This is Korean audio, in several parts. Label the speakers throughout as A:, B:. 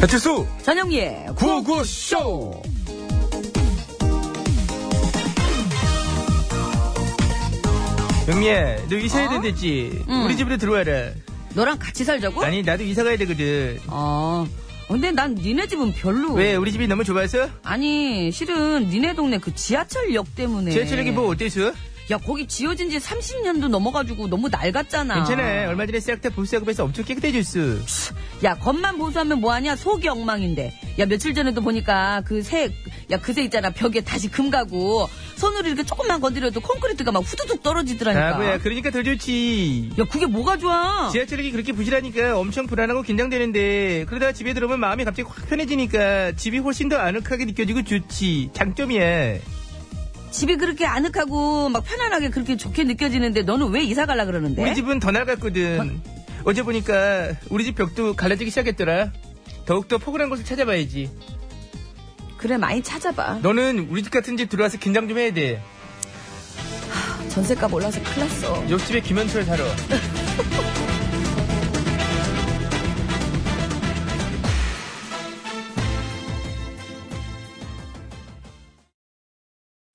A: 배칠수
B: 전영미의
A: 구구쇼
C: 영미야, 너
A: 어?
C: 이사해야 된댔지?
B: 응.
C: 우리 집으로 들어와라.
B: 너랑 같이 살자고?
C: 아니, 나도 이사 가야 되거든.
B: 어. 근데 난 니네 집은 별로.
C: 왜, 우리 집이 너무 좁아서?
B: 아니, 실은 니네 동네 그 지하철역 때문에.
C: 지하철역이 뭐 어때서?
B: 야, 거기 지어진 지 30년도 넘어가지고 너무 낡았잖아.
C: 괜찮아. 얼마 전에 싹 다 보수작업해서 엄청 깨끗해졌어.
B: 야, 겉만 보수하면 뭐하냐? 속이 엉망인데. 야, 며칠 전에도 보니까 그 새, 야, 그새 있잖아. 벽에 다시 금 가고. 손으로 이렇게 조금만 건드려도 콘크리트가 막 후두둑 떨어지더라니까.
C: 아, 뭐야. 그러니까 더 좋지.
B: 야, 그게 뭐가 좋아?
C: 지하철역이 그렇게 부실하니까 엄청 불안하고 긴장되는데 그러다가 집에 들어오면 마음이 갑자기 확 편해지니까 집이 훨씬 더 아늑하게 느껴지고 좋지 장점이야
B: 집이 그렇게 아늑하고 막 편안하게 그렇게 좋게 느껴지는데 너는 왜 이사 갈라 그러는데?
C: 우리 집은 더 낡았거든 어제 보니까 우리 집 벽도 갈라지기 시작했더라 더욱더 포근한 곳을 찾아봐야지
B: 그래, 많이 찾아봐.
C: 너는 우리 집 같은 집 들어와서 긴장 좀 해야 돼
B: 전세값 올라서 큰일 났어.
C: 옆집에 김현철 살아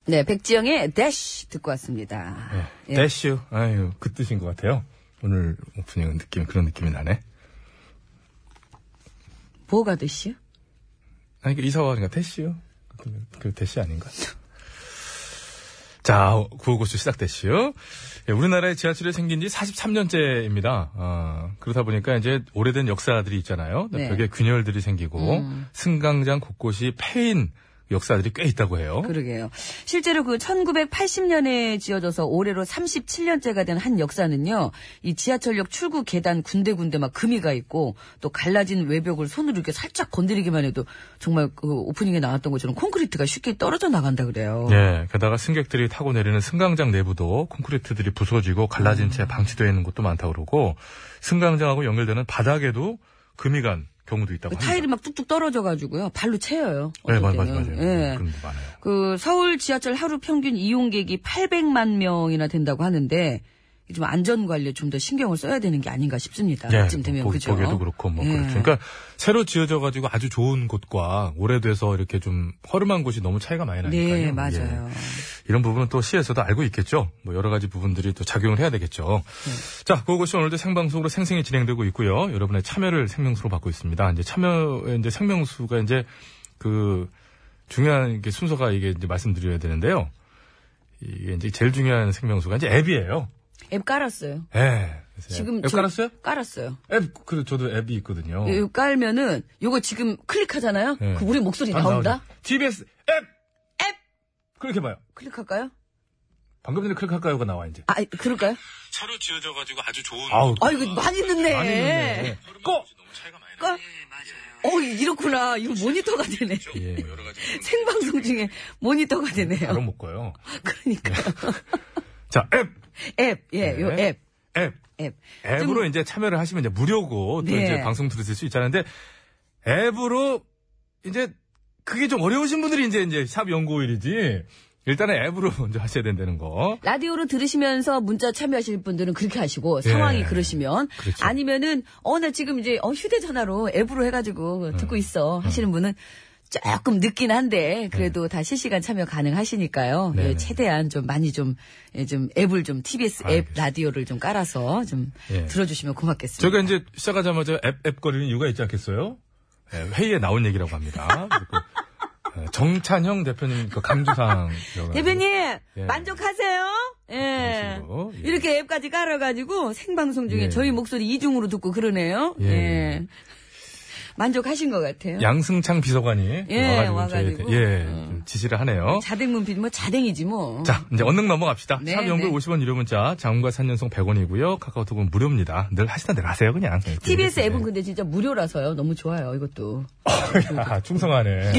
B: 네, 백지영의 대쉬 듣고 왔습니다.
A: 네.
B: 예.
A: 대슈 아유 그 뜻인 것 같아요 오늘 오프닝은 느낌 그런 느낌이 나네
B: 뭐가 대쉬요?
A: 아니 그 이사와 그러니까 대슈요 그, 그 대시 아닌가 자 구호고수 시작 대시요 예, 우리나라의 지하철이 생긴 지 43년째입니다 아, 그러다 보니까 이제 오래된 역사들이 있잖아요
B: 네.
A: 벽에 균열들이 생기고 승강장 곳곳이 패인 역사들이 꽤 있다고 해요
B: 그러게요. 실제로 그 1980년에 지어져서 올해로 37년째가 된 한 역사는요, 이 지하철역 출구 계단 군데군데 막 금이 가 있고, 또 갈라진 외벽을 손으로 이렇게 살짝 건드리기만 해도 정말 그 오프닝에 나왔던 것처럼 콘크리트가 쉽게 떨어져 나간다 그래요.
A: 예, 게다가 승객들이 타고 내리는 승강장 내부도 콘크리트들이 부서지고 갈라진
B: 음.
A: 채 방치되어 있는 곳도 많다고 그러고 승강장하고 연결되는 바닥에도 금이 간 경우도 있다고
B: 그
A: 합니다.
B: 타일이 막 뚝뚝 떨어져가지고요, 발로 채워요.
A: 네,
B: 어떨
A: 맞, 맞, 맞아요.
B: 때는. 예.
A: 그런 거 많아요.
B: 그 서울 지하철 하루 평균 이용객이 800만 명이나 된다고 하는데 좀 안전 관리에 좀 더 신경을 써야 되는 게 아닌가 싶습니다.
A: 예,
B: 쯤 되면
A: 보,
B: 그죠?
A: 보기에도 그렇고 뭐
B: 예.
A: 그렇죠. 그러니까 새로 지어져가지고 아주 좋은 곳과 오래돼서 이렇게 좀 허름한 곳이 너무 차이가 많이 나니까요.
B: 네, 맞아요.
A: 예. 이런 부분은 또 시에서도 알고 있겠죠. 뭐 여러 가지 부분들이 또 작용을 해야 되겠죠.
B: 네.
A: 자, 그것이 오늘도 생방송으로 생생히 진행되고 있고요. 여러분의 참여를 생명수로 받고 있습니다. 이제 참여의 이제 생명수가 이제 그 중요한 이게 순서가 이게 이제 말씀드려야 되는데요. 이게 이제 제일 중요한 생명수가 이제 앱이에요.
B: 앱 깔았어요.
A: 예. 그래서
B: 지금
A: 앱, 앱
B: 저- 예,
A: 깔았어요?
B: 깔았어요.
A: 앱, 그래 저도 앱이 있거든요.
B: 이거 깔면은 요거 지금 클릭하잖아요.
A: 예.
B: 그 우리 목소리
A: 안
B: 나온다.
A: 나오죠. TBS 앱!
B: 앱!
A: 그렇게 봐요.
B: 클릭할까요?
A: 방금 전에 클릭할까요가 나와, 이제.
B: 아, 그럴까요?
D: 새로 지어져가지고 아주 좋은
A: 아우,
B: 아, 이거 많이 듣네.
A: 많이 듣네.
B: 꺼,
D: 너무 차이가 많이
B: 꺼. 어, 이렇구나. 이거 모니터가 되네.
A: 예.
D: 여러 가지
B: 생방송 중에 모니터가 되네요.
A: 바로 먹고요.
B: 그러니까
A: 자, 앱!
B: 앱, 예, 요
A: 네.
B: 앱,
A: 앱!
B: 앱. 좀-
A: 앱으로 이제 참여를 하시면 이제 무료고 또
B: 네.
A: 이제 방송 들으실 수 있잖아요. 근데 앱으로 이제 그게 좀 어려우신 분들이 이제 이제 샵 연구일이지. 일단은 앱으로 먼저 하셔야 된다는 거.
B: 라디오로 들으시면서 문자 참여하실 분들은 그렇게 하시고 상황이
A: 예.
B: 그러시면
A: 그렇죠.
B: 아니면은 어 나 지금 이제 어 휴대전화로 앱으로 해가지고
A: 음.
B: 듣고 있어 하시는 분은 조금 늦긴 한데 그래도 다 실시간 참여 가능하시니까요.
A: 음. 네네.
B: 예, 최대한 좀 많이 좀, 예, 좀 앱을 좀 TBS 앱
A: 알겠습니다.
B: 라디오를 좀 깔아서 좀
A: 예.
B: 들어주시면 고맙겠습니다.
A: 저희가 이제 시작하자마자 앱, 앱 거리는 이유가 있지 않겠어요? 예, 회의에 나온 얘기라고 합니다. 그리고, 예, 정찬형 대표님 그 감주상.
B: 대표님
A: 예. 네,
B: 만족하세요? 예.
A: 그러시고, 예.
B: 이렇게 앱까지 깔아가지고 생방송 중에
A: 예.
B: 저희 목소리 이중으로 듣고 그러네요.
A: 예.
B: 예. 만족하신 것 같아요.
A: 양승창 비서관이
B: 예,
A: 와가지고, 저희
B: 와가지고. 음.
A: 예, 좀 지시를 하네요.
B: 자댕문필 뭐 자댕이지 뭐.
A: 자, 이제 언능 넘어갑시다.
B: 네,
A: 샵 연구
B: 네.
A: 50원 유료 문자, 장과 3년송 100원이고요. 카카오톡은 무료입니다. 늘 하시던 대로 하세요, 그냥.
B: TBS
A: 예.
B: 앱은 근데 진짜 무료라서요. 너무 좋아요. 이것도.
A: 아, 충성하네.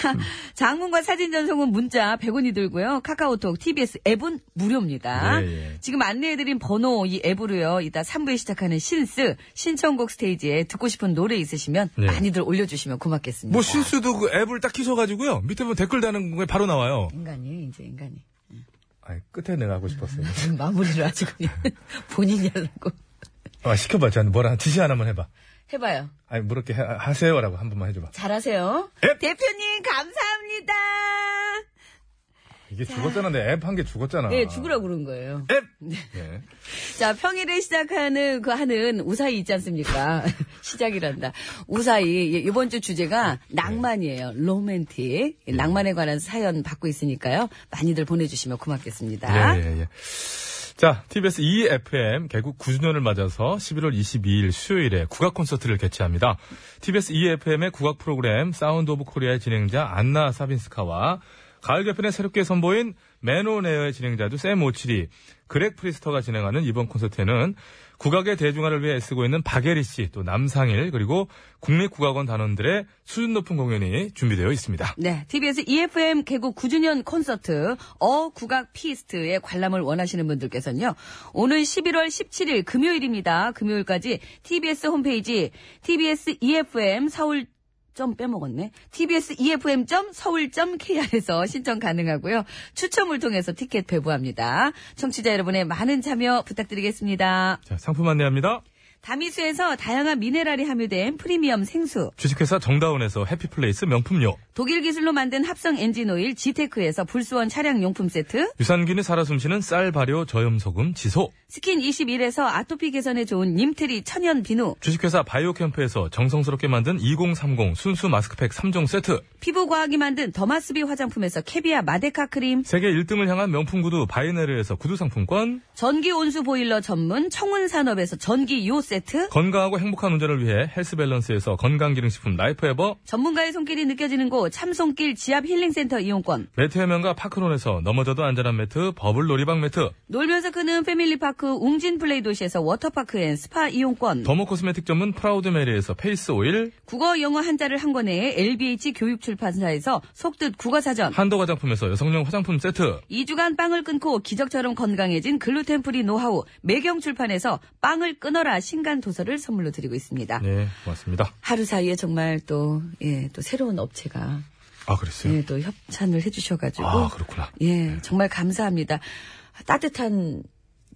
B: 자,
A: 음.
B: 장문과 사진 전송은 문자 100원이 들고요. 카카오톡, TBS 앱은 무료입니다.
A: 예, 예.
B: 지금 안내해드린 번호 이 앱으로요. 이따 3부에 시작하는 신스 신청곡 스테이지에 듣고 싶은 노래 있으시면
A: 예.
B: 많이들 올려주시면 고맙겠습니다.
A: 뭐, 실수도 그 앱을 딱 키셔가지고요. 밑에 보면 댓글 다는 게 바로 나와요.
B: 인간이 이제 인간이
A: 아 끝에 내가 하고 싶었어요.
B: 마무리를 아주 그냥 본인이 하려고.
A: 아, 시켜봐. 저한테 뭐라, 지시 하나만 해봐.
B: 해봐요.
A: 아니, 뭐렇게 하- 하세요라고 한 번만 해줘봐.
B: 잘하세요.
A: 앱!
B: 대표님 감사합니다.
A: 이게 죽었잖아. 내 앱 한 게 죽었잖아.
B: 네, 죽으라고 그런 거예요.
A: 앱! 네.
B: 자, 평일에 시작하는 그 하는 우사히 있지 않습니까? 시작이란다. 우사히 예, 이번 주 주제가 낭만이에요. 로맨틱. 예, 낭만에 관한 사연 받고 있으니까요. 많이들 보내주시면 고맙겠습니다.
A: 예, 예, 예. 자, TBS EFM 개국 9주년을 맞아서 11월 22일 수요일에 국악 콘서트를 개최합니다. TBS EFM의 국악 프로그램 사운드 오브 코리아의 진행자 안나 사빈스카와 가을 개편에 새롭게 선보인 맨오네어의 진행자도 샘 오칠이 그렉 프리스터가 진행하는 이번 콘서트에는 국악의 대중화를 위해 애쓰고 있는 박예리 씨, 또 남상일, 그리고 국립국악원 단원들의 수준 높은 공연이 준비되어 있습니다.
B: 네, TBS EFM 개국 9주년 콘서트 어 국악 피스트의 관람을 원하시는 분들께서는요. 오늘 11월 17일 금요일입니다. 금요일까지 TBS 홈페이지 TBS EFM 서울 점 빼먹었네. TBS EFM 점 서울 점 KR에서 신청 가능하고요. 추첨을 통해서 티켓 배부합니다. 청취자 여러분의 많은 참여 부탁드리겠습니다.
A: 자, 상품 안내합니다.
B: 다미수에서 다양한 미네랄이 함유된 프리미엄 생수.
A: 주식회사 정다운에서 해피플레이스 명품료.
B: 독일 기술로 만든 합성 엔진 오일 지테크에서 불수원 차량 용품 세트,
A: 유산균이 살아 숨쉬는 쌀 발효 저염 소금 지소
B: 스킨 21에서 아토피 개선에 좋은 님트리 천연 비누,
A: 주식회사 바이오캠프에서 정성스럽게 만든 2030 순수 마스크팩 3종 세트
B: 피부 과학이 만든 더마스비 화장품에서 캐비아 마데카 크림,
A: 세계 1등을 향한 명품 구두 바이네르에서 구두 상품권
B: 전기 온수 보일러 전문 청운 산업에서 전기 요 세트,
A: 건강하고 행복한 운전을 위해 헬스 밸런스에서 건강기능식품 라이프에버
B: 전문가의 손길이 느껴지는 곳 참손길 지압 힐링 센터 이용권,
A: 매트 해면과 파크론에서 넘어져도 안전한 매트 버블 놀이방 매트
B: 놀면서 크는 패밀리 파크 웅진 플레이 도시에서 워터파크 앤 스파 이용권,
A: 더모 코스메틱 전문 프라우드 메리에서 페이스 오일
B: 국어 영어 한자를 한 권에 LBH 교육 출판사에서 속뜻 국어 사전,
A: 한도 화장품에서 여성용 화장품 세트
B: 2주간 빵을 끊고 기적처럼 건강해진 글루텐프리 노하우 매경 출판에서 빵을 끊어라 신간 도서를 선물로 드리고 있습니다.
A: 네 고맙습니다
B: 하루 사이에 정말 또, 예, 또 새로운 업체가,
A: 아 그랬어요
B: 예, 또 협찬을 해주셔가지고,
A: 아 그렇구나
B: 예, 정말 감사합니다. 따뜻한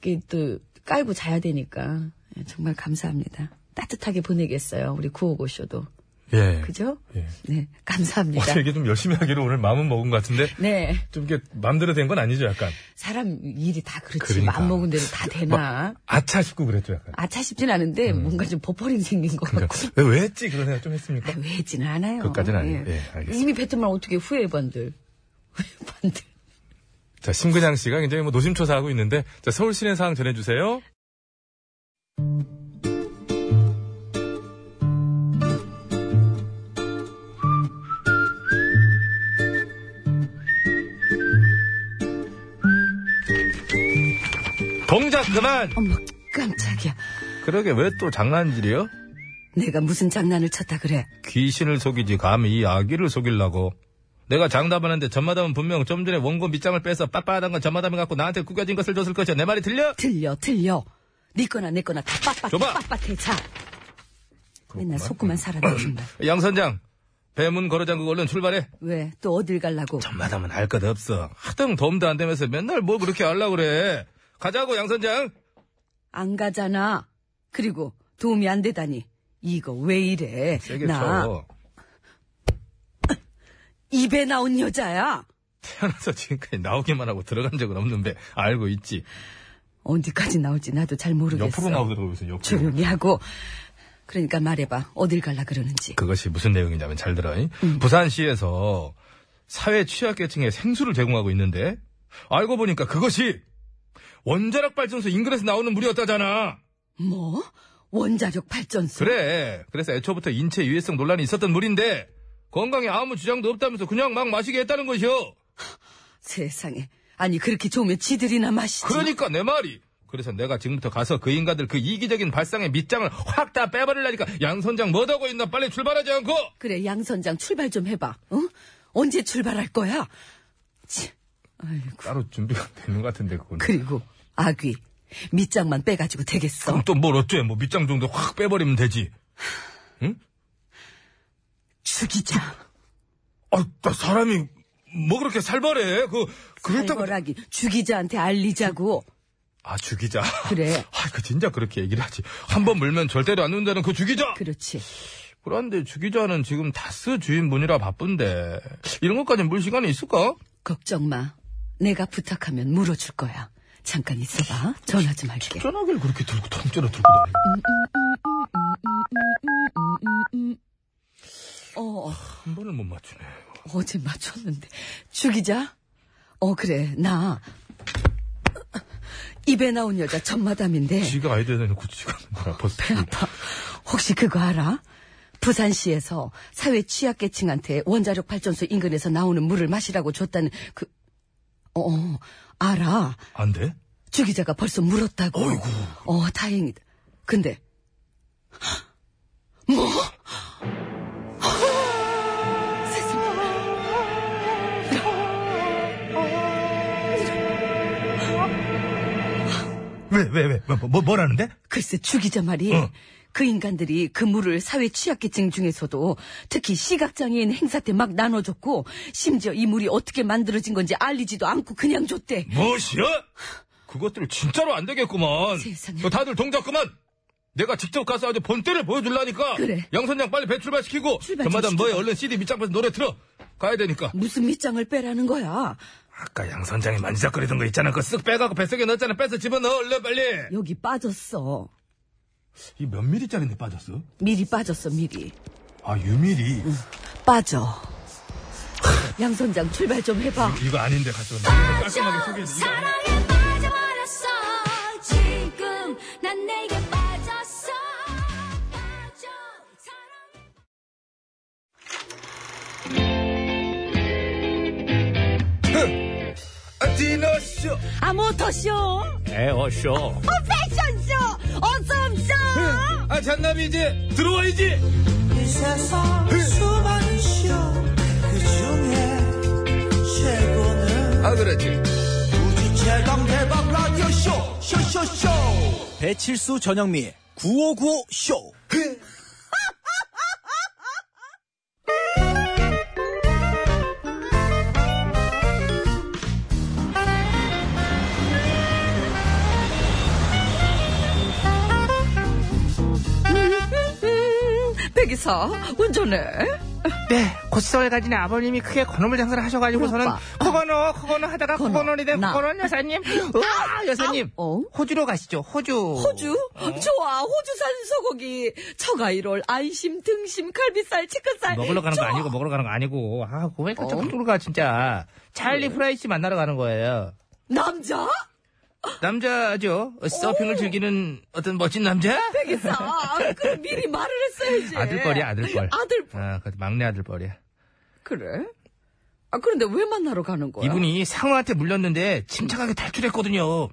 B: 게 또 깔고 자야 되니까, 예, 정말 감사합니다. 따뜻하게 보내겠어요. 우리 구호고쇼도.
A: 예
B: 그죠?
A: 예.
B: 네, 감사합니다.
A: 어제 이게 좀 열심히 하기로 오늘 마음은 먹은 것 같은데
B: 네,
A: 좀 이게 마음대로 된 건 아니죠, 약간.
B: 사람 일이 다 그렇지.
A: 그러니까.
B: 맘 먹은 대로 다 되나.
A: 아차 싶고 그랬죠, 약간.
B: 아차 싶진 않은데 뭔가 좀 버퍼링 생긴 것
A: 음. 그러니까
B: 같고.
A: 왜, 왜 했지? 그런 생각 좀
B: 아,
A: 했습니까?
B: 왜 했지는 않아요.
A: 그것까지는 아니에요. 예, 알겠습니다.
B: 이미 뱉은 말 어떻게 후회반들. 후회반들.
A: 자, 심근양 씨가 굉장히 뭐 노심초사하고 있는데, 자, 서울 시내 상황 전해주세요. 동작 그만!
B: 어머, 깜짝이야.
A: 그러게 왜 또 장난질이요?
B: 내가 무슨 장난을 쳤다 그래.
A: 귀신을 속이지 감히 이 아기를 속이려고. 내가 장담하는데 전마담은 분명 좀 전에 원고 밑장을 빼서 빳빳한 건 전마담이 갖고 나한테 구겨진 것을 줬을 것이야. 내 말이 틀려?
B: 들려, 들려. 네 거나 내 거나 다 빳빳해,
A: 줘봐.
B: 빳빳해. 자. 맨날 속구만 살아도 정말.
A: 양 선장, 배문 걸어 잠그고 얼른 출발해.
B: 왜? 또 어딜 갈라고?
A: 전마담은 알 것 없어. 하등 도움도 안 되면서 맨날 뭘 그렇게 하려고 그래. 가자고 양 선장.
B: 안 가잖아. 그리고 도움이 안 되다니. 이거 왜 이래?
A: 세게
B: 나
A: 쳐.
B: 입에 나온 여자야.
A: 태어나서 지금까지 나오기만 하고 들어간 적은 없는데 알고 있지.
B: 언제까지 나올지 나도 잘 모르겠어.
A: 나오더라고요. 요새 옆으로.
B: 조용히 하고 그러니까 말해봐 어딜 갈라 그러는지
A: 그것이 무슨 내용이냐면 잘 들어. 이 부산시에서 사회 취약계층에 생수를 제공하고 있는데 알고 보니까 그것이 원자력 발전소 인근에서 나오는 물이었다잖아.
B: 뭐 원자력 발전소
A: 그래. 그래서 애초부터 인체 유해성 논란이 있었던 물인데 건강에 아무 주장도 없다면서 그냥 막 마시게 했다는 것이요.
B: 세상에 아니 그렇게 좋으면 지들이나 마시지
A: 그러니까 내 말이. 그래서 내가 지금부터 가서 그 인간들 그 이기적인 발상의 밑장을 확 다 빼버리려니까 양 선장 뭐하고 있나 빨리 출발하지 않고.
B: 그래 양 선장 출발 좀 해봐 응 언제 출발할 거야 치, 아이고
A: 따로 준비가 되는 것 같은데 그건.
B: 그리고 아귀 밑장만 빼가지고 되겠어
A: 또 뭘 어째 뭐 밑장 정도 확 빼버리면 되지.
B: 죽이자
A: 아, 나 사람이 뭐 그렇게 살벌해? 그 그렇다고
B: 살벌하기 죽이자한테 알리자고
A: 아, 죽이자.
B: 그래.
A: 아, 그 진짜 그렇게 얘기를 하지. 한 번 물면 절대로 안 눈다는 그 죽이자.
B: 그렇지.
A: 그런데 죽이자는 지금 다스 주인분이라 바쁜데 이런 것까지 물 시간이 있을까?
B: 걱정 마. 내가 부탁하면 물어줄 거야. 잠깐 있어봐. 전화 좀 할게.
A: 전화기를 그렇게 들고 통째로 들고 다니고.
B: 어,
A: 한 번을 못 맞추네.
B: 어제 맞췄는데. 죽이자. 어, 그래. 나. 입에 나온 여자 전마담인데.
A: 지가 아이디어 그 내놓고 지가 뭐야 벌써.
B: 배 아파. 혹시 그거 알아? 부산시에서 사회 취약계층한테 원자력 발전소 인근에서 나오는 물을 마시라고 줬다는 그, 어, 어, 알아.
A: 안 돼?
B: 주기자가 벌써 물었다고.
A: 어이구.
B: 어, 다행이다. 근데, 뭐? 세상에.
E: 왜, 왜, 왜? 뭐, 뭐, 뭐라는데?
B: 글쎄 죽이자 말이 그 인간들이 그 물을 사회 취약계층 중에서도 특히 시각장애인 행사 때 막 나눠줬고 심지어 이 물이 어떻게 만들어진 건지 알리지도 않고 그냥 줬대
A: 무엇이야? 그것들 진짜로 안 되겠구만.
B: 세상에.
A: 너 다들 동작 그만. 내가 직접 가서 아주 본때를 보여줄라니까.
B: 그래.
A: 양선장 빨리 배 출발시키고.
B: 출발 좀
A: 전마담
B: 시켜봐.
A: 너의 얼른 CD 밑장에서 노래 틀어. 가야 되니까.
B: 무슨 밑장을 빼라는 거야
A: 아까 양선장이 만지작거리던 거 있잖아. 그거 쓱 빼가고 뱃속에 넣었잖아. 빼서 집어넣어 얼른 빨리.
B: 여기 빠졌어
A: 이 몇 미리짜리인데 빠졌어?
B: 미리 빠졌어 미리
A: 아 유미리
B: 빠져 양 선장 출발 좀 해봐
A: 이거 아닌데 갔어 깔끔하게 소개해
F: 사랑에 빠져버렸어 지금 난 내게 빠졌어 빠져 사랑에
A: 아, 디너쇼
B: 아 모터쇼
A: 에어쇼
B: 패션쇼 어썸쇼
A: 아 잔남이 이제 들어와야지
G: 이 세상 수많은 쇼그 중에 최고는
A: 아 그렇지
G: 우주 최강 대박 라디오 쇼 쇼쇼쇼 배칠수 전영미 9595 쇼.
B: 음, 백이사 운전해
C: 네, 고수성을 가진 아버님이 크게 건어물 장사를 하셔가지고
B: 그렇다.
C: 저는 커건어, 커건어 하다가
B: 건어,
C: 커건어리 된
B: 나.
C: 커건어 여사님. 으아, 여사님.
B: 아, 어?
C: 호주로 가시죠, 호주.
B: 호주?
C: 어.
B: 좋아, 호주산 소고기. 처가 1월, 안심, 등심, 칼비살, 치킨살.
C: 먹으러 가는
B: 좋아.
C: 거 아니고, 먹으러 가는 거 아니고. 아, 왜 이렇게
B: 어?
C: 쪽으로 가, 진짜. 찰리 프라이 씨 만나러 가는 거예요.
B: 남자?
C: 남자죠? 어, 서핑을 즐기는 어떤 멋진 남자?
B: 백이사. 아, 그럼 미리 말을 했어야지.
C: 아들뻘이야, 예. 아들뻘.
B: 아들,
C: 아, 그 막내 아들뻘이야.
B: 그래? 아, 그런데 왜 만나러 가는 거야?
C: 이분이 상어한테 물렸는데 침착하게 탈출했거든요.
B: 어?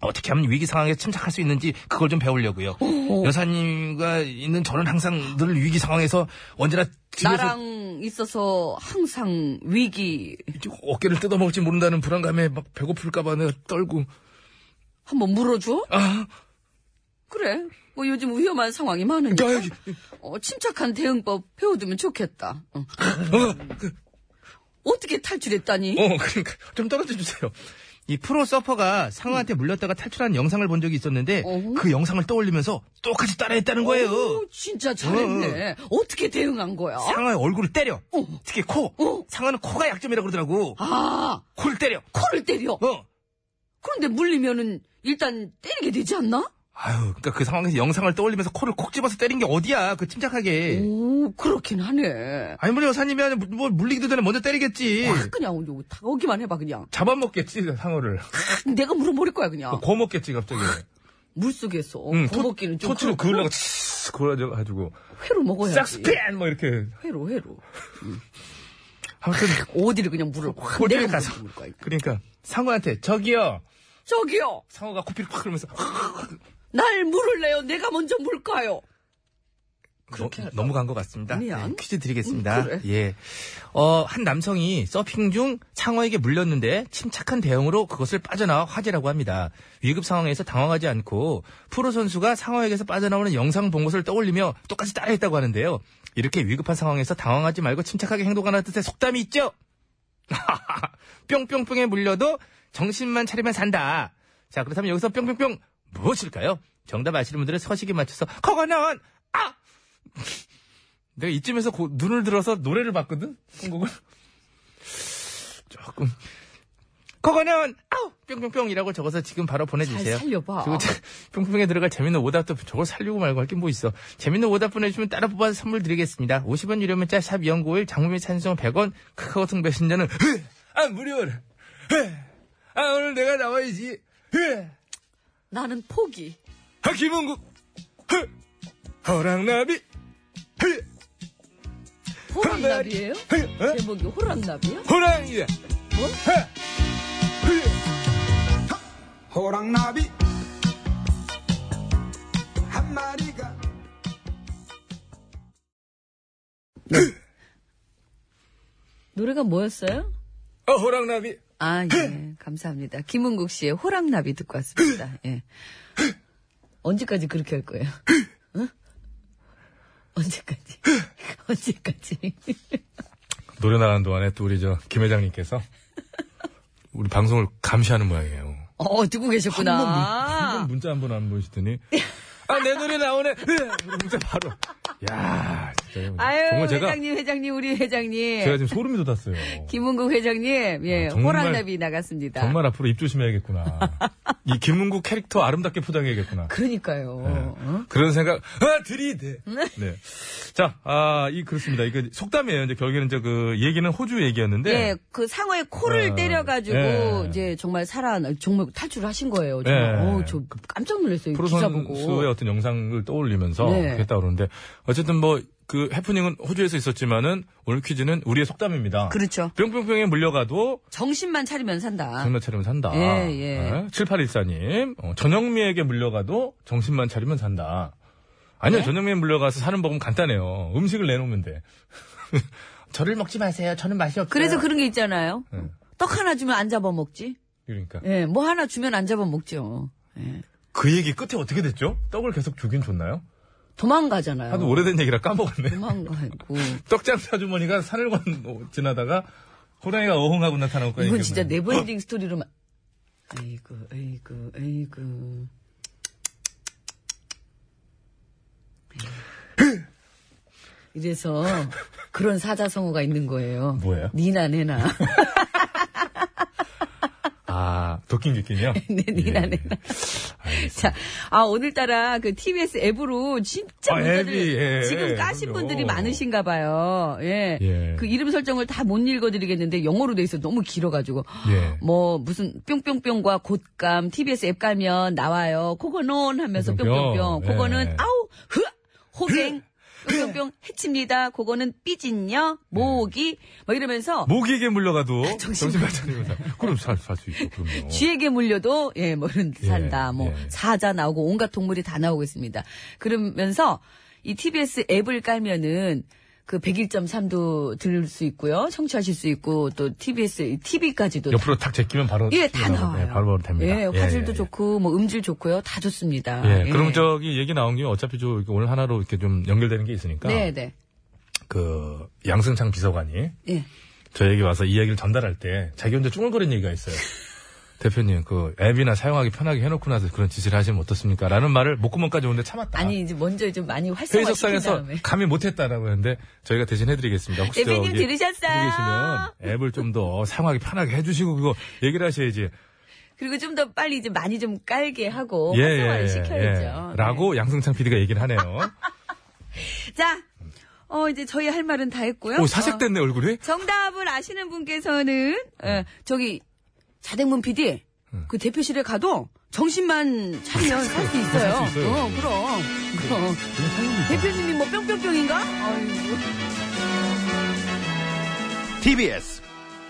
C: 어떻게 하면 위기 상황에 침착할 수 있는지 그걸 좀 배우려고요.
B: 어?
C: 여사님과 있는 저는 항상 늘 위기 상황에서 언제나 뒤에서
B: 나랑 있어서 항상 위기.
A: 어깨를 뜯어먹을지 모른다는 불안감에 막 배고플까봐 내가 떨고 어,
B: 한번 물어줘?
A: 아
B: 그래. 뭐 요즘 위험한 상황이 많으니까.
A: 야, 여기.
B: 어, 침착한 대응법 배워두면 좋겠다. 어.
A: 어, 그,
B: 어떻게 탈출했다니?
A: 어 그러니까 좀 떨어져 주세요
C: 이 프로 서퍼가 상어한테 물렸다가 탈출한 영상을 본 적이 있었는데
B: 어허.
C: 그 영상을 떠올리면서 똑같이 따라했다는 거예요.
B: 오, 어, 진짜 잘했네. 어. 떻게 대응한 거야?
C: 상어의 얼굴을 때려. 특히 코.
B: 어.
C: 상어는 코가 약점이라고 그러더라고.
B: 아,
C: 코를 때려.
B: 코를 때려.
C: 어.
B: 그런데 물리면은 일단 때리게 되지 않나?
C: 아유, 그러니까 그 상황에서 영상을 떠올리면서 코를 콕 집어서 때린 게 어디야? 그 침착하게.
B: 오, 그렇긴 하네.
C: 아니 뭐 여사님이 아니 뭐 물리기도 전에 먼저 때리겠지.
A: 음.
B: 확 그냥 요거 다가오기만 해봐 그냥.
A: 잡아먹겠지 상어를
B: 탁 내가 물어버릴 거야 그냥.
A: 거 먹겠지 갑자기
C: 음,
B: 물 속에서
A: 응, 음, 토-
B: 버벅기는 좀
A: 토치로
B: 그렇고
A: 그으려고 치스 그어가지고
B: 회로 먹어야지.
A: 싹스팬 막 이렇게
B: 회로 회로.
A: 아무튼
B: 어디를 그냥 물을 확
A: 어디를
B: 내가 물을
A: 가서.
B: 먹을 거야.
A: 그러니까 상어한테 저기요
B: 저기요,
A: 상어가 코피를 콱 흘리면서
B: 날 물을래요. 내가 먼저 물까요. 그렇게 할까?
C: 넘어간 것 같습니다.
B: 미안.
C: 네, 퀴즈 드리겠습니다.
B: 음, 그래.
C: 예. 어, 한 남성이 서핑 중 상어에게 물렸는데 침착한 대응으로 그것을 빠져나와 화제라고 합니다. 위급 상황에서 당황하지 않고 프로 선수가 상어에게서 빠져나오는 영상 본 것을 떠올리며 똑같이 따라했다고 하는데요. 이렇게 위급한 상황에서 당황하지 말고 침착하게 행동하는 뜻의 속담이 있죠. 뿅뿅뿅에 물려도 정신만 차리면 산다. 자, 그렇다면 여기서 뿅뿅뿅 무엇일까요? 정답 아시는 분들은 서식에 맞춰서 커가는 아! 내가 이쯤에서 고- 눈을 들어서 노래를 봤거든? 선곡을. 조금. 커가는 아우! 뿅뿅뿅이라고 적어서 지금 바로 보내주세요.
B: 잘 살려봐.
C: 그리고 자- 뿅뿅에 들어갈 재밌는 오답도 저걸 살려고 말고 할 게 뭐 있어. 재밌는 오답 보내주시면 따라 뽑아서 선물 드리겠습니다. 50원 유료 문자 샵 연구일 장문의 찬성 100원 카카오 톡 메신저는 흐! 아 무료를 아 오늘 내가 나와야지 흐!
B: 나는 포기.
C: 아 김은국 흐! 허랑나비 흐!
B: 호랑나비예요?
C: 흐! 어?
B: 제목이 호랑나비요?
C: 호랑이야 흐! 흐!
H: 호랑나비 한 마리가
B: 노래가 뭐였어요?
C: 어 호랑나비
B: 아, 예. 감사합니다. 김은국 씨의 호랑나비 듣고 왔습니다. 예. 언제까지 그렇게 할 거예요? 응? 언제까지? 언제까지?
A: 노래 나가는 동안에 또 우리 저 김 회장님께서 우리 방송을 감시하는 모양이에요.
B: 어, 듣고 계셨구나. 아.
A: 한번 문자 한 번 안 보시더니
C: 아 내 노래 나오네 흐!
A: 문자 바로. 야, 진짜
B: 아유,
A: 정말 제가
B: 회장님, 회장님, 우리 회장님.
A: 제가 지금 소름이 돋았어요.
B: 김은국 회장님, 예,
A: 아, 정말-
B: 호랑나비 나갔습니다.
A: 정말 앞으로 입 조심해야겠구나. 이 김문국 캐릭터 아름답게 포장해야겠구나.
B: 그러니까요. 어?
A: 그런 생각, 아, 들이대. 네. 자, 아, 이, 그렇습니다. 이거 속담이에요. 이제 결국에는 이제 그 얘기는 호주 얘기였는데.
B: 예, 그 상어의 코를
A: 어,
B: 때려가지고
A: 네. 예.
B: 이제 정말 살아 정말 탈출을 하신 거예요. 정말.
A: 예.
B: 어우, 저 깜짝 놀랐어요. 이
A: 프로
B: 기사 보고.
A: 선수의 어떤 영상을 떠올리면서
B: 네.
A: 그렇게 했다 그러는데. 어쨌든 뭐, 그 해프닝은 호주에서 있었지만은 오늘 퀴즈는 우리의 속담입니다.
B: 그렇죠.
A: 뿅뿅뿅에 물려가도
B: 정신만 차리면
C: 아.
B: 산다.
A: 장난 차리면 산다.
B: 예, 예.
A: 7814님, 어, 전영미에게 물려가도 정신만 차리면 산다. 아니요,
C: 네?
A: 전영미에 물려가서 사는 법은 간단해요. 음식을 내놓으면 돼.
C: 저를 먹지 마세요 저는 맛이 없어요
B: 그래서 그런 게 있잖아요.
A: 예.
B: 떡 하나 주면 안 잡아 먹지.
A: 그러니까.
B: 예, 뭐 하나 주면 안 잡아 먹죠. 예.
A: 그 얘기 끝에 어떻게 됐죠? 떡을 계속 주긴 줬나요?
B: 도망가잖아요.
C: 어.
A: 하도 오래된 얘기라 까먹었네.
B: 도망가고.
A: 떡장사 아주머니가 산을 건 지나다가 호랑이가 어흥하고 나타나고 거예요.
B: 이건 진짜 네버엔딩 스토리로 만. 아이고, 아이고, 아이고. 이래서 그런 사자성어가 있는 거예요.
A: 뭐예요?
B: 니나 내나.
A: 아, 도끼 느낌이요?
B: 네, 니나 내나. 자, 아 오늘따라 그 TBS 앱으로 진짜
A: 아,
B: 문자들
A: 앱이, 예,
B: 지금
A: 예,
B: 까신
A: 그럼요.
B: 분들이 많으신가 봐요. 예.
A: 예.
B: 그 이름 설정을 다 못 읽어드리겠는데 영어로 돼 있어 너무 길어가지고
A: 예.
B: 뭐 무슨 뿅뿅뿅과 곶감 TBS 앱 가면 나와요. 그거는 하면서
A: 뿅뿅뿅.
B: 뿅뿅뿅.
A: 예.
B: 그거는 아우 흐 호갱 뿅뿅뿅 해칩니다. 그거는 삐진녀 모기 뭐 이러면서
A: 모기에게 물려가도
B: 아, 정신
A: 정신만 차리면 살. 그럼 살 수 있죠. 그럼요.
B: 쥐에게 물려도 예, 뭐 이런 데
A: 예,
B: 산다. 뭐
A: 예.
B: 사자 나오고 온갖 동물이 다 나오고 있습니다. 그러면서 이 TBS 앱을 깔면은 그 101.3도 들을 수 있고요. 청취하실 수 있고 또 TBS TV까지도
A: 옆으로 탁 제끼면 바로
B: 예, 다
A: 튀어나오고,
B: 나와요.
A: 예, 바로바로 됩니다.
B: 예,
A: 예,
B: 화질도
A: 예, 예.
B: 좋고 뭐 음질 좋고요. 다 좋습니다.
A: 예, 그럼 저기 얘기 나온 김에 어차피 저 오늘 하나로 이렇게 좀 연결되는 게 있으니까
B: 네, 네.
A: 그 양승창 비서관이
B: 예.
A: 저에게 와서 이야기를 전달할 때 자기 혼자 쭈글거리는 얘기가 있어요. 대표님, 그 앱이나 사용하기 편하게 해놓고 나서 그런 짓을 하시면 어떻습니까? 라는 말을 목구멍까지 오는데 참았다.
B: 아니 이제 먼저 좀 많이 활성화시킨
A: 회의석상에서
B: 다음에
A: 감히 못했다라고 했는데 저희가 대신 해드리겠습니다. 혹시
B: 대표님
A: 저기
B: 들으셨어요?
A: 듣고 계시면 앱을 좀 더 사용하기 편하게 해주시고 그거 얘기를 하셔야지.
B: 그리고 좀 더 빨리 이제 많이 좀 깔게 하고
A: 예,
B: 활성화를
A: 예,
B: 뭐 시켜야죠. 네. 그렇죠.
A: 예. 라고 양승창 PD가 얘기를 하네요.
B: 자, 어 이제 저희 할 말은 다 했고요.
A: 오
B: 어.
A: 사색됐네 얼굴이.
B: 정답을 아시는 분께서는 어, 저기 자댕문 PD 그 대표실에 가도 정신만 차리면 살 수 있어요.
A: 살수 있어요. 네.
B: 어, 그럼. 그럼. 대표님이 뭐 뿅뿅뿅인가? 아이고.
I: TBS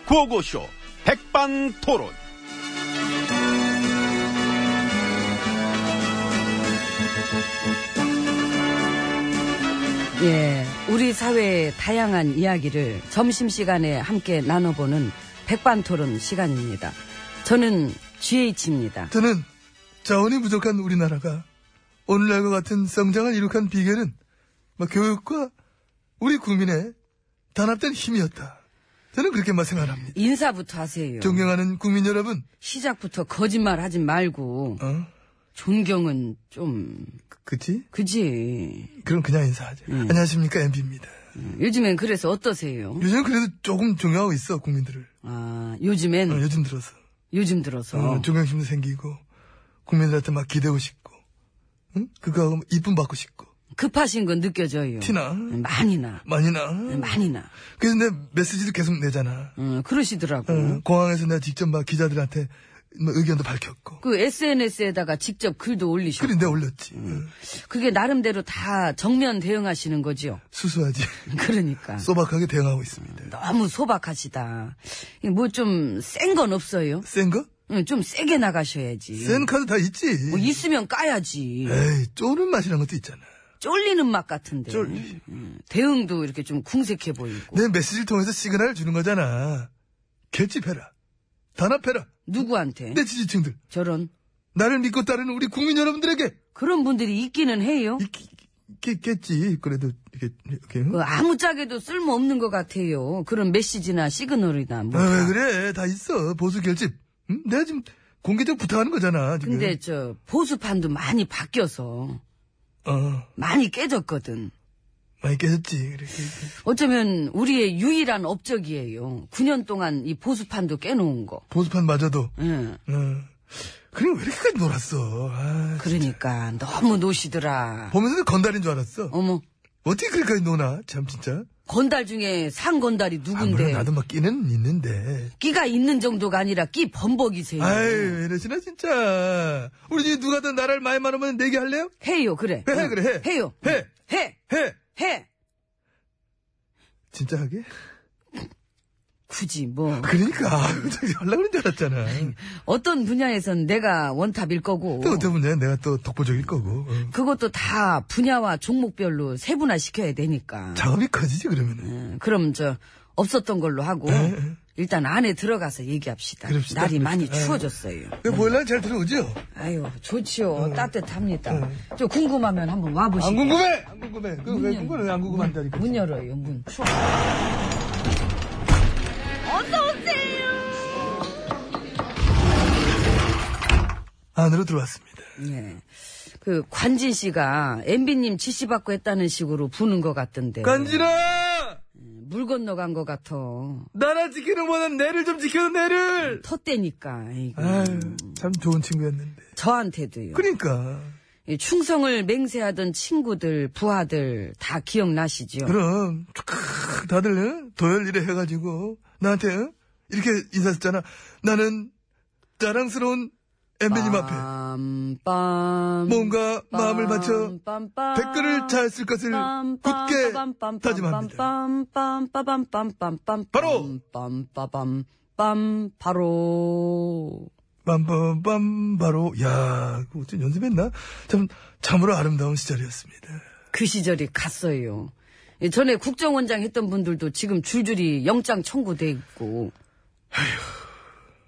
I: 구호고쇼 백반토론.
B: 예, 우리 사회의 다양한 이야기를 점심시간에 함께 나눠보는 백반토론 시간입니다. 저는 GH입니다.
E: 저는 자원이 부족한 우리나라가 오늘날과 같은 성장을 이룩한 비결은 뭐 교육과 우리 국민의 단합된 힘이었다. 저는 그렇게만 생각합니다.
B: 인사부터 하세요.
E: 존경하는 국민 여러분,
B: 시작부터 거짓말 하지 말고
E: 어?
B: 존경은 좀
E: 그치?
B: 그지.
E: 그럼 그냥 인사하자.
B: 음.
E: 안녕하십니까, MB입니다.
B: 요즘엔 그래서 어떠세요?
E: 요즘 그래도 조금 존경하고 있어, 국민들을.
B: 아
E: 어,
B: 요즘엔
E: 요즘 들어서.
B: 요즘 들어서
E: 어, 존경심도 생기고, 국민들한테 막 기대고 싶고, 응? 그거하고 막 이쁨 받고 싶고,
B: 급하신 건 느껴져요.
E: 티나?
B: 많이 나.
E: 많이 나.
B: 네, 많이 나.
E: 그래서 내 메시지도 계속 내잖아.
B: 어, 그러시더라고.
E: 어, 공항에서 내가 직접 막 기자들한테 뭐 의견도 밝혔고.
B: 그 SNS에다가 직접 글도 올리셨고
E: 그래, 내가 올렸지.
B: 음.
E: 어,
B: 그게 나름대로 다 정면 대응하시는 거지요.
E: 수수하지.
B: 그러니까
E: 소박하게 대응하고 있습니다.
B: 너무 소박하시다. 뭐 좀 센 건 없어요.
E: 센 거?
B: 응, 좀 세게 나가셔야지.
E: 센 예. 카드 다 있지.
B: 예. 뭐 있으면 까야지.
E: 에이, 쪼는 맛이라는 것도 있잖아.
B: 쫄리는 맛 같은데.
E: 쫄리.
B: 응, 대응도 이렇게 좀 궁색해 보이고.
E: 내 메시지를 통해서 시그널을 주는 거잖아. 결집해라. 단합해라.
B: 네. 누구한테?
E: 내 지지층들.
B: 저런.
E: 나를 믿고 따르는 우리 국민 여러분들에게.
B: 그런 분들이 있기는 해요.
E: 있겠지. 그래도, 이게, 이렇게.
B: 그 아무짝에도 쓸모없는 것 같아요. 그런 메시지나 시그널이나 뭐.
E: 아, 왜 그래? 다 있어. 보수 결집. 응? 내가 지금 공개적으로 부탁하는 거잖아. 지금.
B: 근데 저 보수판도 많이 바뀌어서
E: 어,
B: 많이 깨졌거든.
E: 많이 깨졌지. 그렇게.
B: 어쩌면 우리의 유일한 업적이에요. 9년 동안 이 보수판도 깨놓은 거. 예.
E: 보수판 마저도.
B: 응.
E: 어. 그래, 왜 이렇게까지 놀았어? 아,
B: 그러니까 너무 노시더라.
E: 보면서 건달인 줄 알았어.
B: 어머
E: 어떻게 그렇게까지 노나? 참, 진짜.
B: 건달 중에 산 건달이
E: 아무래도
B: 누군데?
E: 나도 막 끼는 있는데.
B: 끼가 있는 정도가 아니라 끼
E: 네.
B: 범벅이세요.
E: 아유, 왜 이러시나, 진짜. 우리 중에 누가 더 나라를 많이 말하면 내기 할래요?
B: 해요 그래. 어,
E: 해, 해, 그래, 해.
B: 해요.
E: 해,
B: 해.
E: 해.
B: 해.
E: 진짜 하게?
B: 굳이 뭐
E: 그러니까. 아유, 저기 하려고 그런 줄 알았잖아.
B: 어떤 분야에선 내가 원탑일 거고
E: 또 어떻게 보면 내가 또 독보적일 거고. 어.
B: 그것도 다 분야와 종목별로 세분화 시켜야 되니까.
E: 작업이 커지지, 그러면은.
B: 음, 그럼 저 없었던 걸로 하고 일단 안에 들어가서 얘기합시다.
E: 네. 그럽시다,
B: 날이 많이
E: 그럽시다.
B: 추워졌어요.
E: 그 보일러는 잘 들어오죠?
B: 아유 좋지요 따뜻합니다. 저 궁금하면 한번 와보시죠.
E: 음. 네. 안 궁금해! 안 궁금해. 그, 왜 궁금해? 안 궁금한다니까.
B: 문 열어요 문. 추워.
E: 안으로 들어왔습니다.
B: 예. 그 관진 씨가 엠비님 지시받고 했다는 식으로 부는 것 같던데. 음,
E: 간지라!
B: 물 건너간 것 같아.
E: 나라 지키는 보는 내를 좀 지켜줘, 내를!
B: 텃대니까. 아이고.
E: 네. 아유, 참 좋은 친구였는데.
B: 저한테도요.
E: 그러니까.
B: 이 충성을 맹세하던 친구들, 부하들 다 기억나시죠?
E: 그럼 촤크, 다들 응? 도열일에 해가지고 나한테 응? 이렇게 인사했잖아. 나는 자랑스러운 엠비님 앞에
B: 빰빰.
E: 뭔가 마음을 바쳐
B: 빰빰.
E: 댓글을 잘 쓸 것을 굳게 다짐합니다.
B: 빰빰빰빰빰빰빰빰빰빰빰.
E: 바로!
B: 빰빰빰. 빰 바로.
E: 빰빰빰 바로 야, 그거 어쩜 연습했나? 참 참으로 아름다운 시절이었습니다.
B: 그 시절이 갔어요. 예, 전에 국정원장 했던 분들도 지금 줄줄이 영장 청구돼 있고.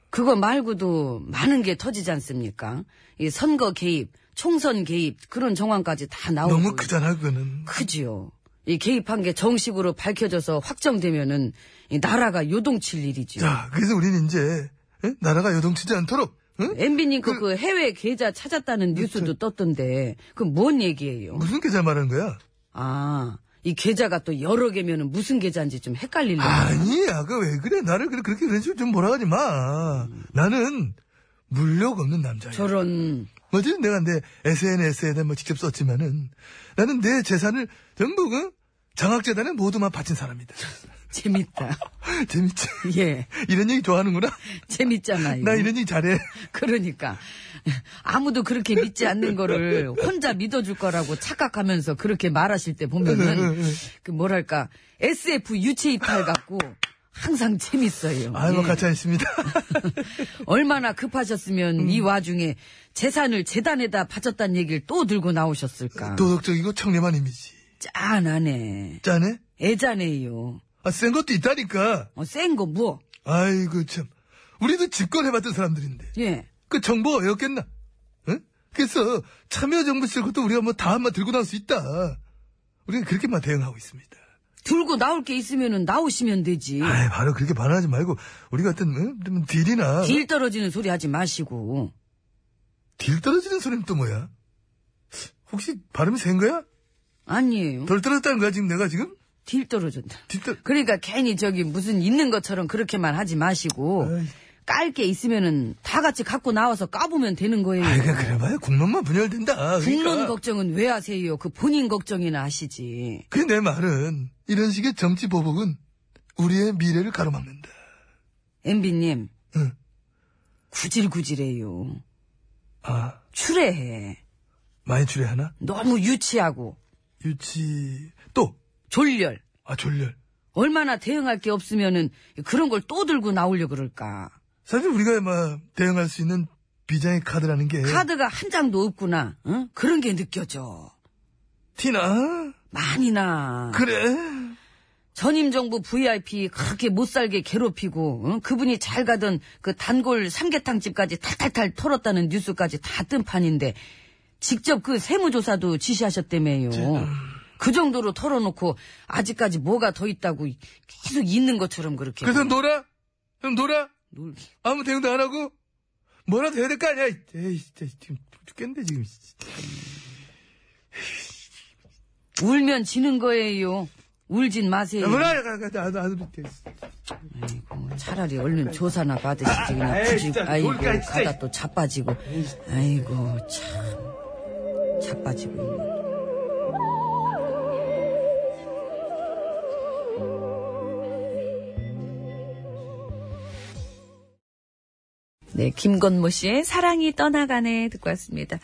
B: 그거 말고도 많은 게 터지지 않습니까? 이 선거 개입, 총선 개입 그런 정황까지 다 나오고.
E: 너무 크잖아 그거는.
B: 크지요. 이 개입한 게 정식으로 밝혀져서 확정되면은 이 나라가 요동칠 일이지요.
E: 자, 그래서 우리는 이제 응? 나라가 요동치지 않도록 응?
B: 엠비님 그, 그 해외 계좌 찾았다는
E: 그
B: 뉴스도 떴던데 그 뭔 얘기예요?
E: 무슨 계좌 말하는 거야?
B: 아, 이 계좌가 또 여러 개면은 무슨 계좌인지 좀 헷갈리려고.
E: 아니야, 그 왜 그래? 나를 그래, 그렇게 그런 식으로 좀 몰아가지 마. 나는 물욕 없는 남자야.
B: 저런,
E: 뭐지? 내가 내 SNS에 뭐 직접 썼지만은 나는 내 재산을 전부 그 장학재단에 모두만 바친 사람이다.
B: 재밌다.
E: 재밌지?
B: 예,
E: 이런 얘기 좋아하는구나?
B: 재밌잖아요.
E: 나 이런 얘기 잘해.
B: 그러니까. 아무도 그렇게 믿지 않는 거를 혼자 믿어줄 거라고 착각하면서 그렇게 말하실 때 보면은, 그 뭐랄까, SF 유체 이탈 같고, 항상 재밌어요.
E: 아유, 뭐
B: 예.
E: 같이 하겠습니다.
B: 얼마나 급하셨으면 이
E: 음.
B: 와중에 재산을 재단에다 바쳤다는 얘기를 또 들고 나오셨을까.
E: 도덕적이고 청렴한 이미지.
B: 짠하네.
E: 짠해?
B: 애잔해요.
E: 아, 센 것도 있다니까.
B: 어, 센거 뭐?
E: 아이고, 참. 우리도 집권해봤던 사람들인데.
B: 예.
E: 그 정보가 어렵겠나? 응? 그래서 참여정부 쓸 것도 우리가 뭐 다 한번 들고 나올 수 있다. 우리는 그렇게만 대응하고 있습니다.
B: 들고 나올 게 있으면은 나오시면 되지.
E: 아이, 바로 그렇게 반항하지 말고, 우리 같은, 응? 그러면 딜이나.
B: 딜 떨어지는 소리 하지 마시고.
E: 딜 떨어지는 소리는 또 뭐야? 혹시 발음이 센 거야?
B: 아니에요.
E: 덜 떨어졌다는 거야, 지금 내가 지금?
B: 딜 떨어졌다.
E: 딜 떨,
B: 그러니까 괜히 저기 무슨 있는 것처럼 그렇게만 하지 마시고.
E: 아이.
B: 깔 게 있으면은 다 같이 갖고 나와서 까보면 되는 거예요.
E: 아이, 그냥 그래봐야 국론만 분열된다.
B: 국론
E: 그러니까.
B: 걱정은 왜 하세요? 그 본인 걱정이나 하시지.
E: 그 내 말은, 이런 식의 정치 보복은 우리의 미래를 가로막는다.
B: 엠비님.
E: 응.
B: 구질구질해요.
E: 아,
B: 추레해.
E: 많이 추레하나?
B: 너무 유치하고
E: 유치, 또,
B: 졸렬.
E: 아, 졸렬.
B: 얼마나 대응할 게 없으면은 그런 걸 또 들고 나오려 그럴까.
E: 사실 우리가 막 대응할 수 있는 비장의 카드라는 게.
B: 카드가 한 장도 없구나. 응? 그런 게 느껴져.
E: 티나?
B: 많이나.
E: 그래.
B: 전임 정부 VIP 그렇게 못 살게 괴롭히고 응? 그분이 잘 가던 그 단골 삼계탕집까지 탈탈탈 털었다는 뉴스까지 다 뜬 판인데 직접 그 세무조사도 지시하셨다며요.
E: 아.
B: 그 정도로 털어놓고 아직까지 뭐가 더 있다고 계속 있는 것처럼 그렇게.
E: 그래서 놀아? 그럼 놀아?
B: 놀-
E: 아무 대응도 안 하고? 뭐라도 해야 될 거 아니야? 에이, 진짜, 지금 죽겠는데, 지금.
B: 울면 지는 거예요. 울진 마세요.
E: 야, 뭐라, 야, 가, 가, 나, 나, 나,
B: 아이고, 차라리 얼른 조사나 받으시지 그냥 굳이 아이고 가다 또 자빠지고 아이고 참 자빠지고 있네. 네, 김건모 씨의 사랑이 떠나가네 듣고 왔습니다.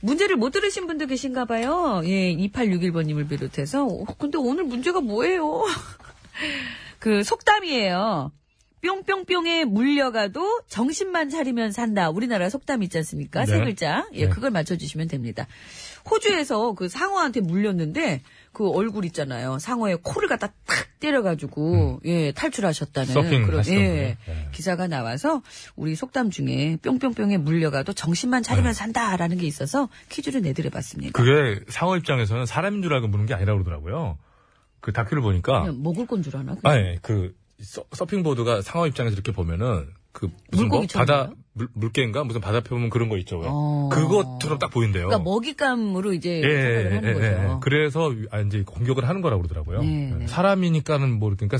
B: 문제를 못 들으신 분도 계신가 봐요. 예, 2861번님을 비롯해서. 어, 근데 오늘 문제가 뭐예요? 그 속담이에요. 뿅뿅뿅에 물려가도 정신만 차리면 산다. 우리나라 속담 있지 않습니까?
A: 네.
B: 세 글자. 예,
A: 네.
B: 그걸 맞춰주시면 됩니다. 호주에서 그 상어한테 물렸는데 그 얼굴 있잖아요. 상어의 코를 갖다 탁 때려가지고 예 탈출하셨다는
A: 음. 서핑
B: 그런
A: 하시던
B: 예,
A: 분이요. 네.
B: 기사가 나와서 우리 속담 중에 뿅뿅뿅에 물려가도 정신만 차리면 산다라는 게 있어서 퀴즈를
A: 네.
B: 내드려봤습니다.
A: 그게 상어 입장에서는 사람인 줄 알고 무는 게 아니라 그러더라고요. 그 다큐를 보니까
B: 그냥 뭐. 먹을 건 줄 아나?
A: 아니, 그, 서, 핑보드가 상어 입장에서 이렇게 보면은, 그, 무슨 뭐,
B: 물고기처럼
A: 바다,
B: 보여요?
A: 물, 물개인가? 무슨 바다 펴보면 그런 거 있죠. 왜?
B: 어.
A: 그것처럼 딱 보인대요.
B: 그러니까 먹잇감으로 이제 예,
A: 예,
B: 생각을 하는 거죠.
A: 그래서, 아, 이제 공격을 하는 거라고 그러더라고요. 예.
B: 네, 네.
A: 사람이니까는 뭐, 그러니까,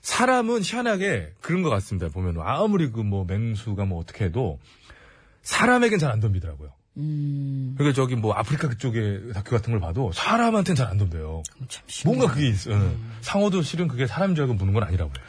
A: 사람은 희한하게 그런 것 같습니다. 보면 아무리 그 뭐, 맹수가 뭐 어떻게 해도, 사람에겐 잘 안 덤비더라고요.
B: 음,
A: 그러니까 저기 뭐, 아프리카 그쪽에 다큐 같은 걸 봐도, 사람한테는 잘 안 덤벼요.
B: 참
A: 뭔가 그게 있어요. 예.
B: 음.
A: 상어도 실은 그게 사람 줄 알고 무는 건 아니라고 해요.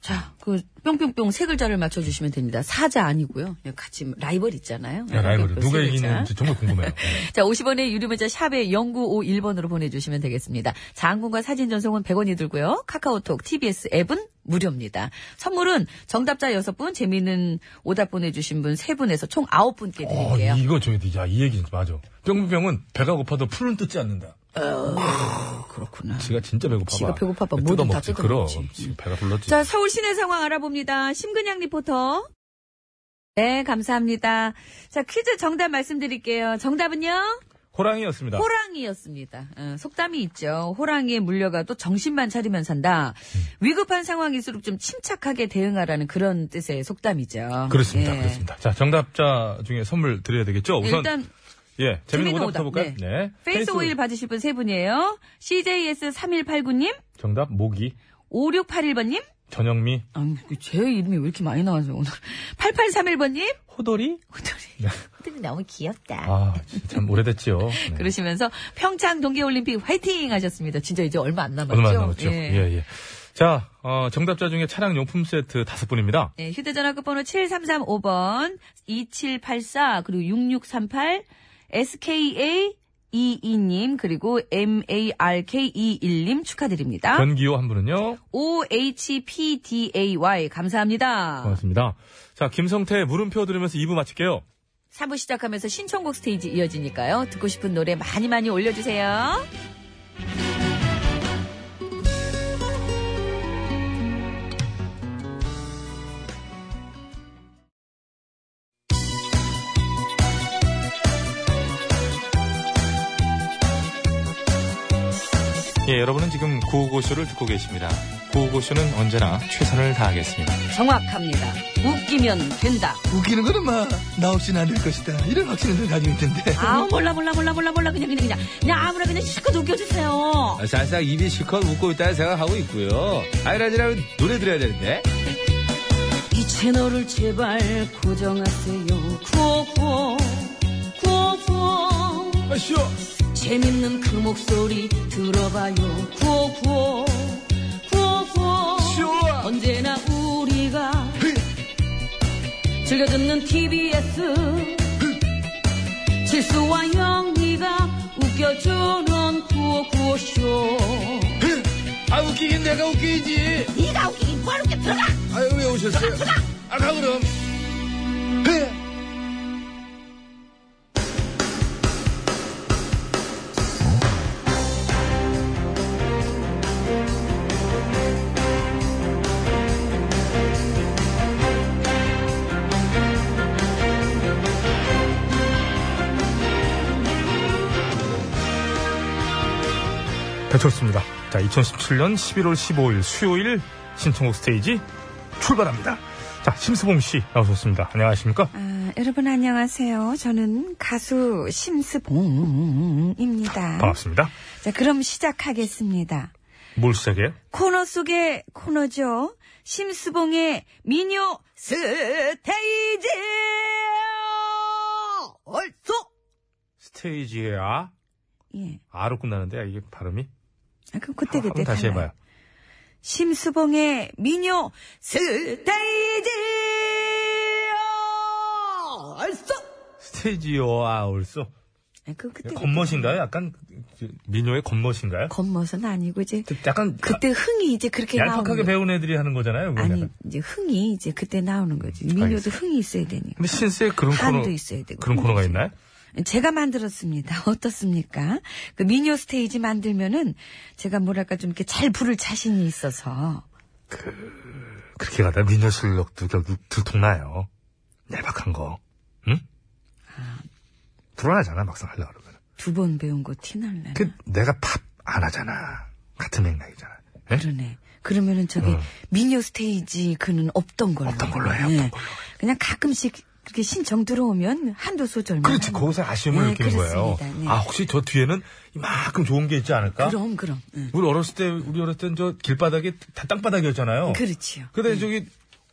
B: 자, 그 뿅뿅뿅 세 글자를 맞춰주시면 됩니다. 사자 아니고요. 그냥 같이 라이벌 있잖아요. 네,
A: 야, 라이벌
B: 뿅뿅뿅
A: 누가
B: 세 글자.
A: 이기는지 정말 궁금해요.
B: 자, 50원의 유료 문자 샵에 0951번으로 보내주시면 되겠습니다. 장군과 사진 전송은 100원이 들고요. 카카오톡, TBS 앱은 무료입니다. 선물은 정답자 6분, 재미있는 오답 보내주신 분 3분에서 총 9분께
A: 어,
B: 드릴게요.
A: 이거 저희도 야, 이 얘기 맞아. 뿅뿅뿅은 배가 고파도 풀은 뜯지 않는다.
B: 그렇구나.
A: 지가 진짜 배고파.
B: 지가 배고파봐. 뭐든 다 뜯어먹지.
A: 그럼 지금 배가 불렀지.
B: 자, 서울 시내 상황 알아봅니다. 심근양 리포터. 네, 감사합니다. 자, 퀴즈 정답 말씀드릴게요. 정답은요?
A: 호랑이였습니다.
B: 호랑이였습니다. 어, 속담이 있죠. 호랑이에 물려가도 정신만 차리면 산다. 위급한 상황일수록 좀 침착하게 대응하라는 그런 뜻의 속담이죠.
A: 그렇습니다.
B: 예.
A: 그렇습니다. 자, 정답자 중에 선물 드려야 되겠죠?
B: 네,
A: 우선
B: 일단
A: 예, 재밌는
B: 재밌는
A: 오답부터
B: 오답,
A: 볼까요?
B: 네. 페이스 오일 받으실 분 세 분이에요. CJS3189님,
A: 정답 모기
B: 5681번님,
A: 전영미
B: 아제 이름이 왜 이렇게 많이 나와서 오늘. 8831번님,
A: 호돌이
B: 호돌이. 호돌이 너무 귀엽다.
A: 네. 아, 진짜 참 오래됐지요. 네.
B: 그러시면서 평창 동계올림픽 화이팅 하셨습니다. 진짜 이제 얼마 안 남았죠.
A: 얼마 안 남았죠?
B: 예.
A: 예, 예. 자, 어, 정답자 중에 차량 용품 세트 다섯 분입니다.
B: 예, 휴대전화 끝번호 7335번, 2784, 그리고 6638, SKA22님, 그리고 MARK21님 E 축하드립니다.
A: 전기요 한 분은요.
B: OHPDAY, 감사합니다.
E: 어.
A: 고맙습니다. 자, 김성태 물음표 들으면서 2부 마칠게요.
B: 3부 시작하면서 신청곡 스테이지 이어지니까요. 듣고 싶은 노래 많이 많이 올려주세요.
A: 예, 여러분은 지금 구호고쇼를 듣고 계십니다. 구호고쇼는 언제나 최선을 다하겠습니다.
B: 정확합니다. 웃기면 된다.
E: 웃기는 건 엄마 나 없이는 안 될 것이다 이런 확신을 늘 가지고 있던데
B: 아 몰라 몰라 몰라 몰라 몰라 그냥 그냥 그냥 그냥 아무나 그냥 실컷 웃겨주세요.
C: 아, 살짝 입이 실컷 웃고 있다는 생각하고 있고요. 아이라지라면 노래 들어야 되는데.
B: 이 채널을 제발 고정하세요. 구호구호 구호구호
C: 아쇼!
B: 재밌는 그 목소리 들어봐요. 구호구호 구호구호 언제나 우리가 즐겨 듣는 TBS 실수와 영리가 웃겨주는 구호구호쇼
C: 아, 웃기긴 내가 웃기지.
B: 네가 웃기긴 뭘 웃겨 들어가
C: 아유, 왜 오셨어요? 아, 가, 그럼.
A: 배철수입니다. 자, 2017년 11월 15일 수요일 신청곡 스테이지 출발합니다. 자, 심수봉 씨 나오셨습니다. 안녕하십니까?
J: 아, 여러분 안녕하세요. 저는 가수 심스봉입니다.
A: 반갑습니다.
J: 자, 그럼 시작하겠습니다.
A: 뭘 시작해요?
J: 코너 속의 코너죠. 심스봉의 미녀 스테이지 얼쏘
A: 스테이지의 아,
J: 예.
A: 아로 끝나는데 아, 이게 발음이.
J: 아, 그럼 그때
A: 한번
J: 그때
A: 다시
J: 달라요.
A: 해봐요.
J: 심수봉의 미녀 스테이지 얼쏘
A: 스테이지오 아 올소.
J: 아, 그 그때
A: 겉멋인가요? 약간 그, 민요의 겉멋인가요?
J: 겉멋은 아니고 이제
A: 약간
J: 그때 흥이 이제 그렇게
A: 얄팍하게
J: 나오는
A: 배운 애들이 하는 거잖아요. 그건
J: 아니
A: 약간.
J: 이제 흥이 이제 그때 나오는 거지 민요도
A: 알겠습니다.
J: 흥이 있어야 되니까
A: 근데 신스에 그런
J: 한도
A: 코너
J: 있어야 되고 그렇죠.
A: 그런
J: 흥도
A: 코너가
J: 있어야
A: 있나요?
J: 제가 만들었습니다 어떻습니까 그 민요 스테이지 만들면은 제가 뭐랄까 좀 이렇게 잘 부를 자신이 있어서
A: 그렇게 가다 민요 실력도 결국 들통나요. 얄팍한 거. 응?
J: 아.
A: 불안하잖아 막상 하려고 그러면.
J: 두 번 배운 거 티날라
A: 그 내가 팝 안 하잖아. 같은 맥락이잖아. 예?
J: 그러네 그러면은 저기 민요 스테이지 그는 없던 걸로
A: 어. 없던 걸로 해요, 없던 걸로.
J: 그냥 가끔씩 그렇게 신청 들어오면 한두 소절만
A: 그렇지
J: 하는
A: 거기서 아쉬움을
J: 네,
A: 느끼는 거예요.
J: 그렇습니다. 네.
A: 아 혹시 저 뒤에는 이만큼 좋은 게 있지 않을까?
J: 그럼 그럼 응.
A: 우리 어렸을 때 우리 어렸을 때는 저 길바닥이 다 땅바닥이었잖아요.
J: 그렇지요
A: 근데 저기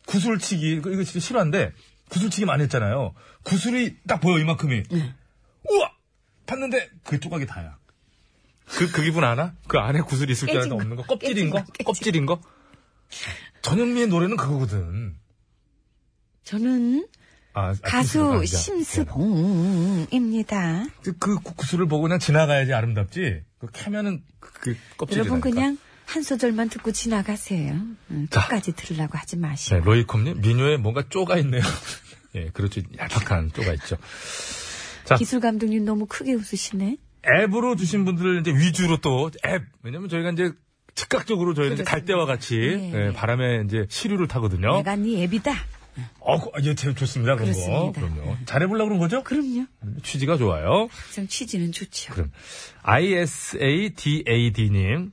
A: 구슬치기 이거 이거 진짜 싫어한데 구슬치기 많이 했잖아요. 구슬이 딱 보여 이만큼이.
J: 네.
A: 우와 봤는데 그 조각이 다야. 그, 그 기분 아나? 그 안에 구슬이 있을 줄
J: 깨진
A: 알았는데 없는
J: 거,
A: 거? 껍질인
J: 깨진
A: 거?
J: 거, 깨진
A: 껍질인 거? 전현미의 노래는 그거거든.
J: 저는
A: 아, 아,
J: 가수
A: 아니라.
J: 심스봉입니다.
A: 그, 그 구슬을 보고 그냥 지나가야지 아름답지. 그 캐면은 그, 그 껍질이.
J: 여러분 그냥 한 소절만 듣고 지나가세요. 응,
A: 자.
J: 끝까지 들으려고 하지 마시고.
A: 네, 로이컴님 민요에 뭔가 쪼가 있네요. 예, 그렇죠. 얄팍한 쪼가 있죠. 자.
J: 기술 감독님 너무 크게 웃으시네.
A: 앱으로 주신 분들을 이제 위주로 또 앱. 왜냐면 저희가 이제 즉각적으로 저희는 이제
J: 그렇습니다.
A: 갈대와 같이
J: 네.
A: 예, 바람에 이제 시류를 타거든요.
J: 내가 네 앱이다.
A: 어, 그- 예, 제- 좋습니다. 그런 거.
J: 그렇습니다.
A: 그럼요. 잘해보려고 그런 거죠?
J: 그럼요.
A: 취지가 좋아요.
J: 항상 취지는 좋죠.
A: 그럼 ISADAD님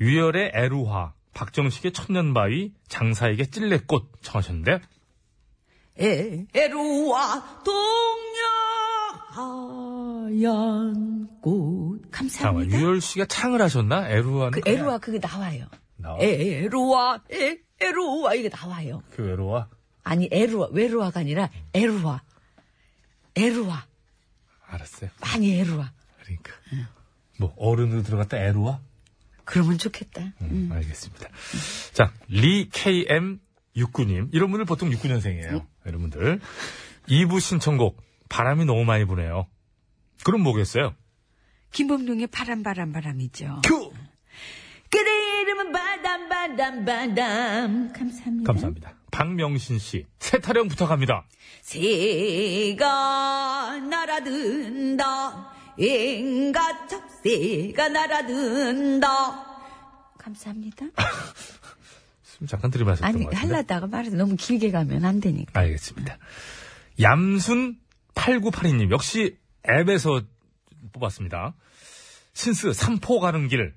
A: 유열의 애루화 박정식의 천년바위 장사에게 찔레꽃 청하셨는데
B: 에, 에로와 동양하얀 꽃
A: 잠깐만
J: 감사합니다.
A: 유열 씨가 창을 하셨나? 애루화는
B: 그
A: 그냥
B: 에로와 그게 나와요.
A: 나와.
B: 에, 에로와 에, 에로와 이게 나와요.
A: 그 애루화
B: 아니 에로와 외로와가 아니라 에로와 에로와
A: 알았어요.
B: 많이 에로와
A: 그러니까 뭐 어른으로 들어갔다 애루화?
B: 그러면 좋겠다.
A: 음, 알겠습니다. 자, 리 KM 육구님. 이런 분들 보통
J: 네.
A: 69년생이에요. 여러분들. 2부 신청곡. 바람이 너무 많이 부네요. 그럼 뭐겠어요?
J: 네. 김범룡의 바람 바람 바람이죠.
A: 큐!
B: 그대 이름은 바담 바담 바담 감사합니다.
A: 감사합니다. 박명신 씨. 새 타령 부탁합니다.
B: 새가 날아든다. 앵가 첩새가 날아든다.
J: 감사합니다.
A: 숨 잠깐 들이마셨던
J: 아니
A: 것 같은데.
J: 할라다가 말해서 너무 길게 가면 안 되니까.
A: 알겠습니다. 얌순 8982님. 역시 앱에서 뽑았습니다. 신스 삼포 가는 길.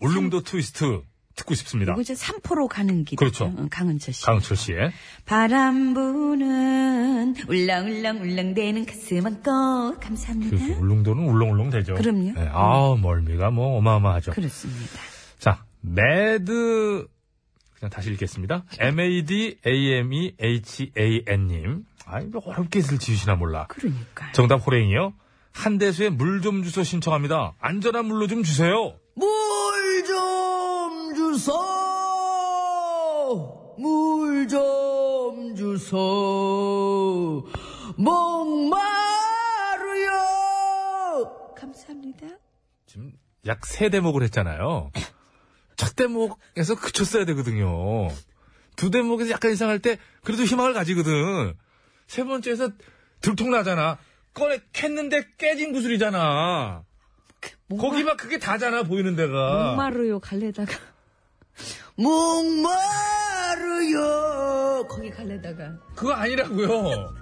A: 울릉도 트위스트 듣고 싶습니다.
J: 이제 삼포로 가는 길.
A: 그렇죠.
J: 응, 강은철 씨.
A: 강철 씨의
J: 바람 부는 울렁울렁 울렁대는 가슴 안고 감사합니다.
A: 그렇죠. 울릉도는 울렁울렁 되죠.
J: 네? 그럼요. 음.
A: 네, 아 멀미가 뭐 어마어마하죠.
J: 그렇습니다.
A: 자, 매드 그냥 다시 읽겠습니다. M A D A M E H A N 님. 아, 이거 어렵게 쓸 지으시나 몰라.
J: 그러니까.
A: 정답 호랭이요. 한대수에 물 좀 주소 신청합니다. 안전한 물로 좀 주세요.
G: 물 좀 주소 물 좀 주소 목마르요
J: 감사합니다.
A: 지금 약 세 대목을 했잖아요. 첫 대목에서 그쳤어야 되거든요. 두 대목에서 약간 이상할 때 그래도 희망을 가지거든. 세 번째에서 들통나잖아. 꺼내 캤는데 깨진 구슬이잖아. 거기만 그게 다잖아 보이는 데가.
J: 목마르요 갈래다가
G: 목마르요
J: 거기 갈래다가
A: 그거 아니라고요.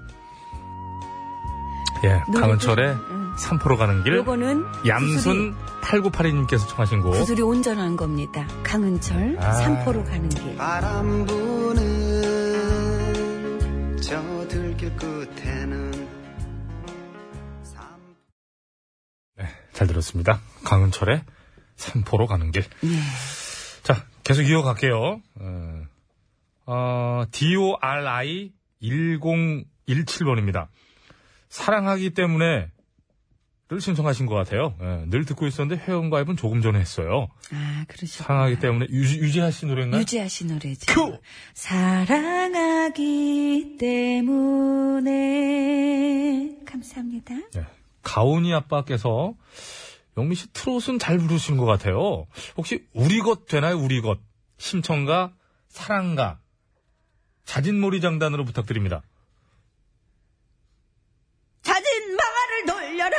A: 예, 강은철의
J: 응.
A: 삼포로 가는 길.
J: 요거는
A: 얌순 8982님께서 청하신 곡.
J: 구슬이 온전한 겁니다. 강은철
A: 아.
J: 삼포로 가는 길.
H: 바람 부는 저 들길 끝에는
A: 잘 들었습니다. 강은철의 삼포로 가는 길. 자, 계속 이어갈게요. 어, 어, DORI 1017번입니다. 사랑하기 때문에 늘 신청하신 것 같아요. 예, 늘 듣고 있었는데 회원가입은 조금 전에 했어요.
J: 아 그러시죠.
A: 사랑하기 때문에 유지, 유지하 씨 노래인가요?
J: 유지하 씨 노래죠. 사랑하기 때문에 감사합니다.
A: 네. 가온이 아빠께서 영미 씨 트롯은 잘 부르신 것 같아요. 혹시 우리 것 되나요? 우리 것 심청가 사랑가 자진몰이 장단으로 부탁드립니다.
J: 자진 방아를 돌려라.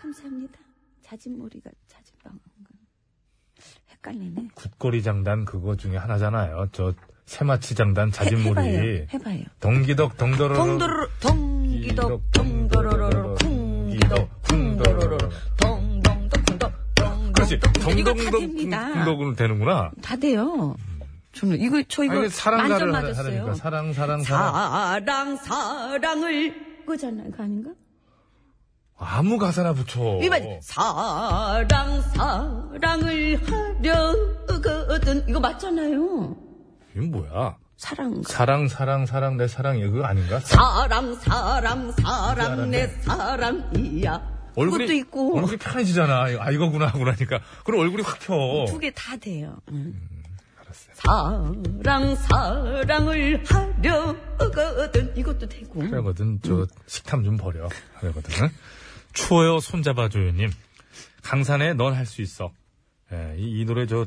J: 감사합니다. 자진 머리가 자진 방아인가? 헷갈리네.
A: 굿거리 장단 그거 중에 하나잖아요. 저 새마치 장단
J: 해봐요.
A: 자진몰이
J: 해봐요.
A: 덩기덕 덩더러
J: 동도로로 동기덕 동도로로로 쿵기덕 쿵도로로로 동동동 쿵덕
A: 그렇지
J: 동동동 이거 아, 다
A: 덩덩덕
J: 됩니다.
A: 덩덕은 되는구나.
J: 다 돼요. 저는 이거 저 이거
A: 아니
J: 만점
A: 사랑가를 하-
J: 맞았어요.
A: 하라니까 사랑 사랑 사랑
J: 사랑 사랑을 그잖아 그 아닌가?
A: 아무 가사나 붙여.
J: 이만 사랑 사랑을 하려거든 이거 맞잖아요.
A: 이건 뭐야?
J: 사랑
A: 사랑 사랑 사랑 내 사랑 이거 아닌가?
J: 사랑 사랑 사랑 내 사랑이야. 그것도 있고
A: 얼굴이 편해지잖아. 이거, 아 이거구나 하고 나니까 그럼 얼굴이 확 펴.
J: 두 개 다 돼요. 응.
A: 음,
J: 사랑 사랑을 하려거든 이것도 되고.
A: 하거든. 저 식탐 좀 버려. 하거든. 추워요 손잡아줘요님. 강산에 넌 할 수 있어. 예, 이, 이 노래 저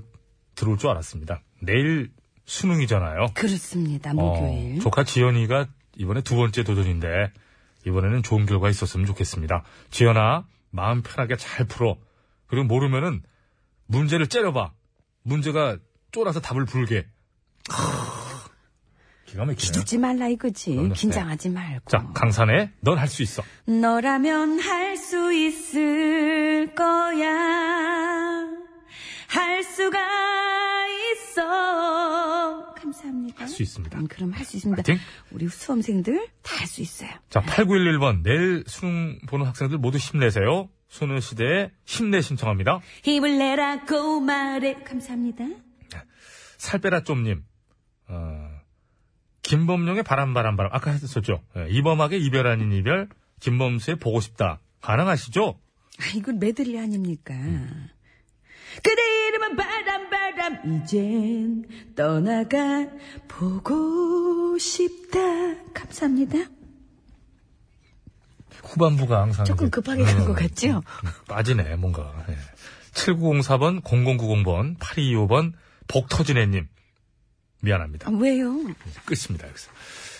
A: 들어올 줄 알았습니다. 내일 수능이잖아요.
J: 그렇습니다.
A: 어,
J: 목요일.
A: 조카 지연이가 이번에 두 번째 도전인데 이번에는 좋은 결과 있었으면 좋겠습니다. 지연아 마음 편하게 잘 풀어. 그리고 모르면은 문제를 째려봐. 문제가 쫄아서 답을 불게. 크으, 기가 막히네요.
J: 기죽지 말라 이거지.
A: 그럼요.
J: 긴장하지 말고.
A: 자 강산에 넌 할 수 있어.
J: 너라면 할 수 있을 거야. 할 수가 있어. 감사합니다.
A: 할 수 있습니다.
J: 음, 그럼 할 수 있습니다.
A: 파이팅.
J: 우리 수험생들 다 할 수 있어요.
A: 자 8911번 내일 수능 보는 학생들 모두 힘내세요. 소녀시대의 힘내 신청합니다.
J: 힘을 내라고 말해. 감사합니다.
A: 살 빼라 좀님. 어, 김범용의 바람 바람 바람 아까 했었죠. 예, 이범학의 이별 아닌 이별, 김범수의 보고 싶다. 가능하시죠?
J: 아, 이건 메들리 아닙니까? 그대 이름은 바람 바람 이젠 떠나가 보고 싶다. 감사합니다.
A: 후반부가 항상
J: 조금
A: 이제,
J: 급하게 간
A: 음,
J: 것 같죠?
A: 빠지네 뭔가. 예. 7904번, 0090번, 8225번, 복터진애님 미안합니다.
J: 아, 왜요?
A: 끝입니다 여기서.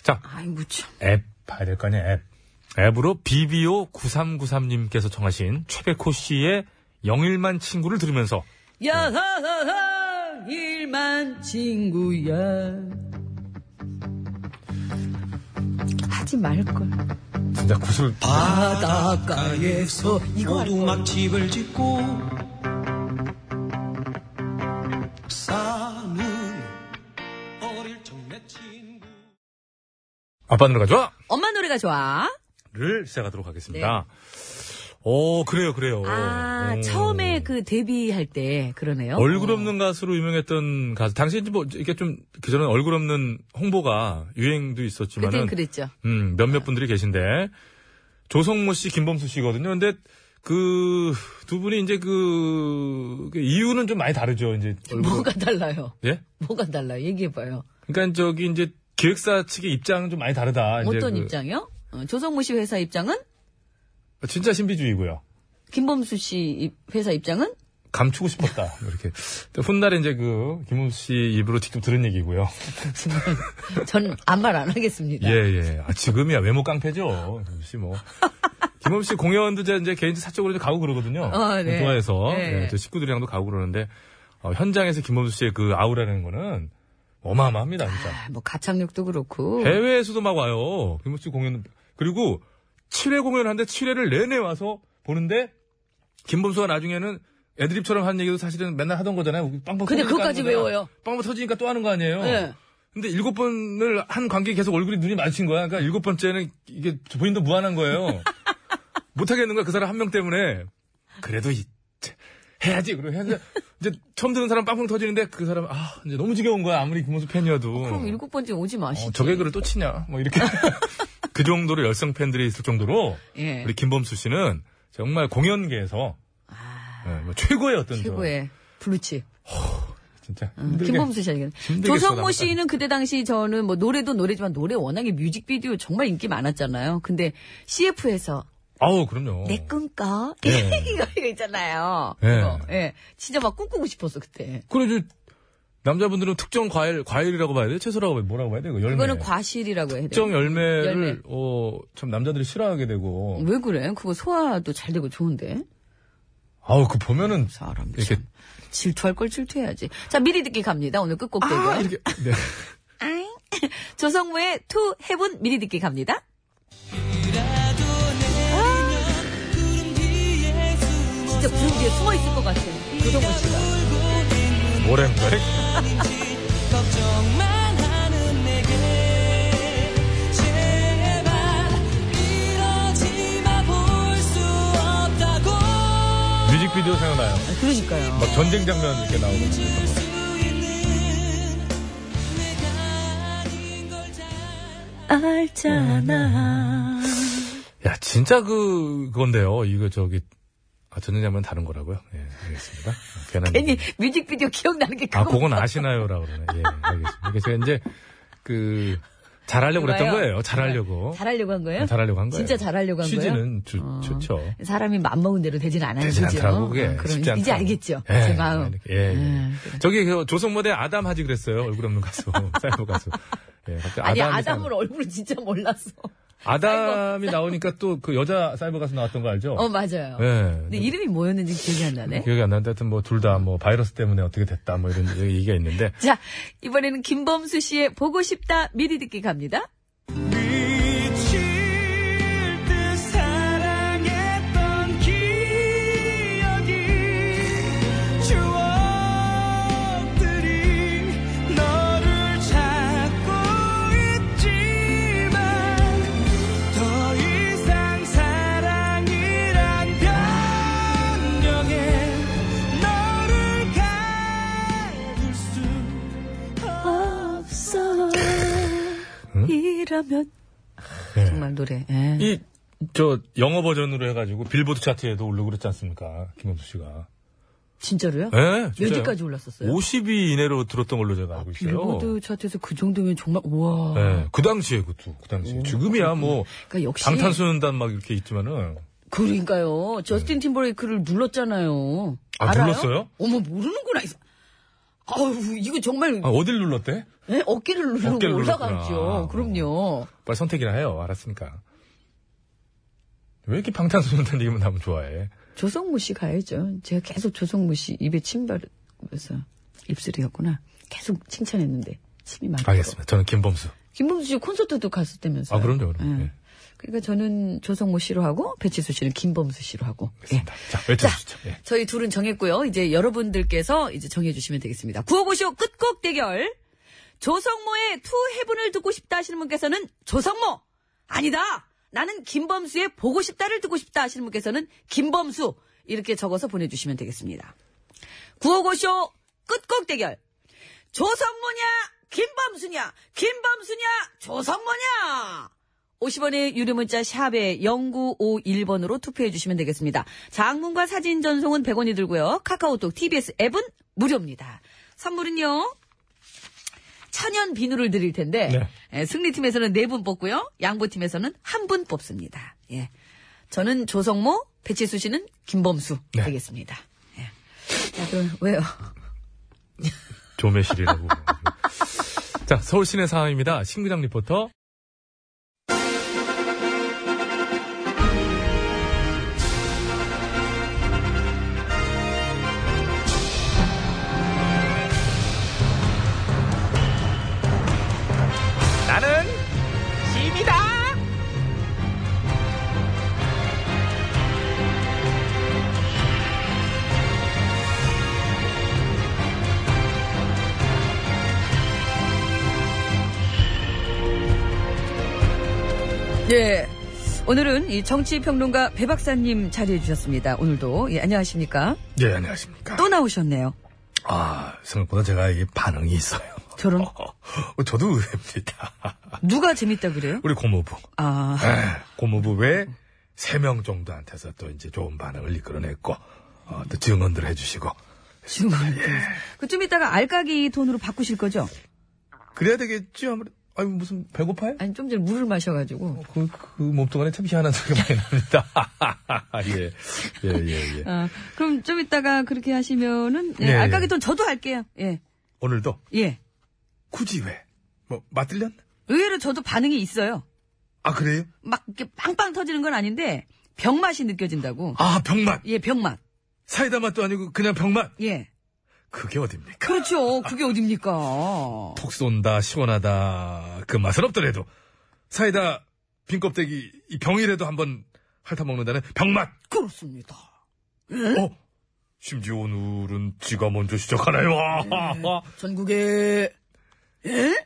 A: 자
J: 아이고 뭐 참.
A: 앱 봐야 될 거 아니야 앱. 앱으로 BBO9393님께서 청하신 최백호 씨의 영일만 친구를 들으면서
J: 야하하하 일만 친구야 하지 말걸
A: 진짜 구슬
G: 바닷가에서 오두막집을 짓고
K: 사는 어릴 적 내 친구
A: 아빠 노래가 좋아!
J: 엄마 노래가 좋아.
A: 를 시작하도록 하겠습니다. 오, 그래요, 그래요.
J: 네. 아,
A: 오.
J: 처음에 그 데뷔할 때 그러네요.
A: 얼굴 없는 가수로 유명했던 가수. 당시 이제 뭐, 이게 좀, 그전엔 얼굴 없는 홍보가 유행도
J: 그땐
A: 있었지만은.
J: 그랬죠.
A: 음, 몇몇 분들이 계신데. 조성모 씨, 김범수 씨거든요. 근데 그, 두 분이 이제 그, 그 이유는 좀 많이 다르죠. 이제 얼굴.
J: 뭐가 달라요?
A: 예?
J: 뭐가 달라요? 얘기해봐요.
A: 그러니까 저기 이제 기획사 측의 입장은 좀 많이 다르다. 이제
J: 어떤
A: 그-
J: 입장이요? 어, 조성모 씨 회사 입장은?
A: 진짜 신비주의고요.
J: 김범수 씨 입- 회사 입장은?
A: 감추고 싶었다. 이렇게. 훗날에 이제 그, 김범수 씨 입으로 직접 들은 얘기고요.
J: 전 안 말 안 하겠습니다.
A: 예, 예. 아, 지금이야. 외모 깡패죠. 김범수 씨 뭐. 김범수 씨 공연도 이제, 이제 개인 사적으로 이제 가고 그러거든요.
J: 어, 네.
A: 동아에서.
J: 네.
A: 예, 저 식구들이랑도 가고 그러는데, 어, 현장에서 김범수 씨의 그 아우라는 거는 어마어마합니다, 진짜.
J: 아, 뭐 가창력도 그렇고.
A: 해외에서도 막 와요. 김범수 씨 공연. 그리고 7회 공연하는데 7회를 내내 와서 보는데, 김범수가 나중에는 애드립처럼 하는 얘기도 사실은 맨날 하던 거잖아요. 빵빵
J: 근데
A: 터지니까
J: 그것까지
A: 하는 거잖아.
J: 외워요.
A: 빵빵 터지니까 또 하는 거 아니에요?
J: 예.
A: 근데 일곱 번을 한 관계 계속 얼굴이 눈이 마주친 거야. 그러니까 일곱 번째는 이게 본인도 무한한 거예요. 못하겠는 거야. 그 사람 한 명 때문에. 그래도 이- 해야지. 그리고 해야 이제 처음 듣는 사람 빵빵 터지는데 그 사람, 아, 이제 너무 지겨운 거야. 아무리 김문수 팬이어도.
J: 그럼 일곱 번째 오지 마시지.
A: 어, 저 개그를 또 치냐. 뭐 이렇게. 그 정도로 열성 팬들이 있을 정도로
J: 예.
A: 우리 김범수 씨는 정말 공연계에서 예, 뭐 최고의 어떤 저-
J: 아. 최고의 블루칩.
A: 진짜
J: 음,
A: 힘들게-
J: 김범수 씨 아니겠네.
A: 힘들겠어,
J: 조성모
A: 나보다.
J: 씨는 그때 당시 저는 뭐 노래도 노래지만 노래 워낙에 뮤직비디오 정말 인기 많았잖아요. 근데 CF에서
A: 아우 그럼요.
J: 내 꿈꿔
A: 어. 예.
J: 이거 이거 있잖아요.
A: 예.
J: 그거. 예. 진짜 막 꿈꾸고 싶었어 그때.
A: 그래 저 남자분들은 특정 과일 과일이라고 봐야 돼? 채소라고 봐야 돼? 뭐라고 봐야 돼? 이거 열매.
J: 그거는 과실이라고 해야 돼요.
A: 네. 특정 열매를
J: 열매. 음.
A: 어, 참 남자들이 싫어하게 되고
J: 왜 그래? 그거 소화도 잘 되고 좋은데.
A: 아우 그 보면은
J: 사람
A: 이렇게
J: 질투할 걸 질투해야지. 자, 미리 듣기 갑니다. 오늘 끝곡되고요.
A: 네.
J: 조성모의 투 해본 미리 듣기 갑니다. 아, 진짜 구름 뒤에 숨어 있을 것 같아. 조성모 씨가.
A: 오랜만에
K: 걱정만 하는 내게 제발 이러지 마 볼 수 없다고
A: 뮤직비디오 생각나요.
J: 아, 그러니까요.
A: 막 전쟁 장면 이렇게 나오고
J: 알잖아.
A: 야 진짜 그 그건데요. 이거 저기 아 전쟁 장면 다른 거라고요? 예, 알겠습니다. 괜한
J: 괜히 뮤직비디오 기억나는 게
A: 아,
J: 그거.
A: 그건 아시나요라고 그러네. 예, 알겠습니다. 그래서 이제 그 잘하려고 그랬던
J: 그거요?
A: 거예요. 잘하려고.
J: 잘하려고 한 거예요?
A: 어? 잘하려고 한 거예요.
J: 진짜 잘하려고 한 거예요?
A: 취지는 주- 좋죠.
J: 사람이 맘먹은 대로 되질 않아요.
A: 되진
J: 그죠?
A: 않더라고 그게
J: 어, 그럼
A: 쉽지 않다.
J: 이제 알겠죠.
A: 예,
J: 제 마음.
A: 예, 예. 저기 그 조성모대 아담 하지 그랬어요. 얼굴 없는 가수, 사이버 가수. 예, 갑자기
J: 아니
A: 아담이
J: 아담을 얼굴을 진짜 몰랐어.
A: 사- 아담이 나오니까 또 그 여자 사이버 가수 나왔던 거 알죠?
J: 어 맞아요.
A: 예.
J: 근데 이름이 뭐였는지 기억이 안 나네.
A: 기억이 안 나는데 하여튼 뭐 둘 다 뭐 바이러스 때문에 어떻게 됐다 뭐 이런 얘기가 있는데
J: 자 이번에는 김범수 씨의 보고 싶다 미리 듣기 갑니다.
K: 미칠 듯 사랑했던 기억이 추억들이 너를 찾고 있지만 더 이상 사랑이란 변명에 너를 가둘 수
J: 없어 이러면
A: 예.
J: 정말 노래. 예.
A: 이 저 영어 버전으로 해가지고 빌보드 차트에도 오르고 그랬지 않습니까? 김범수 씨가.
J: 진짜로요?
A: 예, 진짜요.
J: 여기까지 올랐었어요.
A: 50위 이내로 들었던 걸로 제가 알고 있어요.
J: 빌보드 차트에서 그 정도면 정말 우와.
A: 예, 그 당시에 그것도 그 당시에 지금이야 뭐
J: 그러니까 역시
A: 방탄소년단 막 이렇게 있지만은
J: 그러니까요. 저스틴 팀버레이크를 눌렀잖아요.
A: 아,
J: 알아요?
A: 눌렀어요?
J: 어머 모르는구나. 이 사- 아우 이거 정말
A: 아, 어딜 눌렀대?
J: 예, 어깨를 누르고
A: 어깨를
J: 올라가죠.
A: 눌렀구나.
J: 그럼요.
A: 빨리 선택이나 해요. 알았으니까. 왜 이렇게 방탄소년단 얘기만 하면 좋아해?
J: 조성모 씨 가야죠. 제가 계속 조성모 씨 입에 침 바르면서 입술이었구나. 계속 칭찬했는데 침이 많고.
A: 알겠습니다. 저는 김범수.
J: 김봉수 씨 콘서트도 갔었다면서요.
A: 아, 그럼요, 그럼요.
J: 예.
A: 예.
J: 그러니까 저는 조성모 씨로 하고 배치수 씨는 김범수 씨로 하고. 예.
A: 자, 외쳐주시죠. 예.
J: 저희 둘은 정했고요. 이제 여러분들께서 이제 정해주시면 되겠습니다. 구호고쇼 끝곡 대결. 조성모의 투 해분을 듣고 싶다 하시는 분께서는 조성모! 아니다! 나는 김범수의 보고 싶다를 듣고 싶다 하시는 분께서는 김범수! 이렇게 적어서 보내주시면 되겠습니다. 구호고쇼 끝곡 대결. 조성모냐? 김범수냐? 김범수냐? 조성모냐? 50원의 유료 문자 샵에 0951번으로 투표해 주시면 되겠습니다. 장문과 사진 전송은 100원이 들고요. 카카오톡, TBS 앱은 무료입니다. 선물은요. 천연 비누를 드릴 텐데 예, 승리팀에서는 네 분 뽑고요. 양보팀에서는 한 분 뽑습니다. 예. 저는 조성모, 배치수 씨는 김범수 되겠습니다. 예. 자, 그럼 왜요?
A: 조매실이라고. 자, 서울 시내 상황입니다. 신구장 리포터.
C: 나는 짐이다.
J: 예. 오늘은 이 정치평론가 배 박사님 자리해 주셨습니다. 오늘도 예, 안녕하십니까?
A: 예, 안녕하십니까.
J: 또 나오셨네요.
A: 아, 생각보다 제가 이게 반응이 있어요.
J: 저런
A: 어, 저도 의외입니다.
J: 누가 재밌다 그래요?
A: 우리 고모부.
J: 아.
A: 예, 고모부 외에 세 명 정도한테서 또 이제 좋은 반응을 이끌어냈고, 어, 또 증언들 해주시고.
J: 증언. 그좀 이따가 알까기 돈으로 바꾸실 거죠?
A: 그래야 되겠지, 아무래도. 아니, 무슨, 배고파요?
J: 아니 좀 전에 물을 마셔가지고.
A: 그, 그 몸뚱아리 참 희한한 소리가 많이 납니다. 예, 예, 예, 예.
J: 아, 그럼 좀 이따가 그렇게 하시면은 예,
A: 예,
J: 알까기
A: 예.
J: 돈 저도 할게요. 예,
A: 오늘도
J: 예.
A: 굳이 왜? 뭐, 맞들렸나?
J: 의외로 저도 반응이 있어요.
A: 아, 그래요?
J: 막 이렇게 빵빵 터지는 건 아닌데 병 맛이 느껴진다고.
A: 아, 병맛.
J: 예, 병 맛.
A: 사이다 맛도 아니고 그냥 병맛.
J: 예.
A: 그게 어딥니까?
J: 그렇죠. 그게 어딥니까?
A: 톡 쏜다, 시원하다. 그 맛은 없더라도. 사이다, 빈 껍데기, 이 병이라도 한번 핥아먹는다는 병맛.
J: 그렇습니다.
A: 어? 심지어 오늘은 지가 먼저 시작하나요? 아,
J: 예, 전국에 예?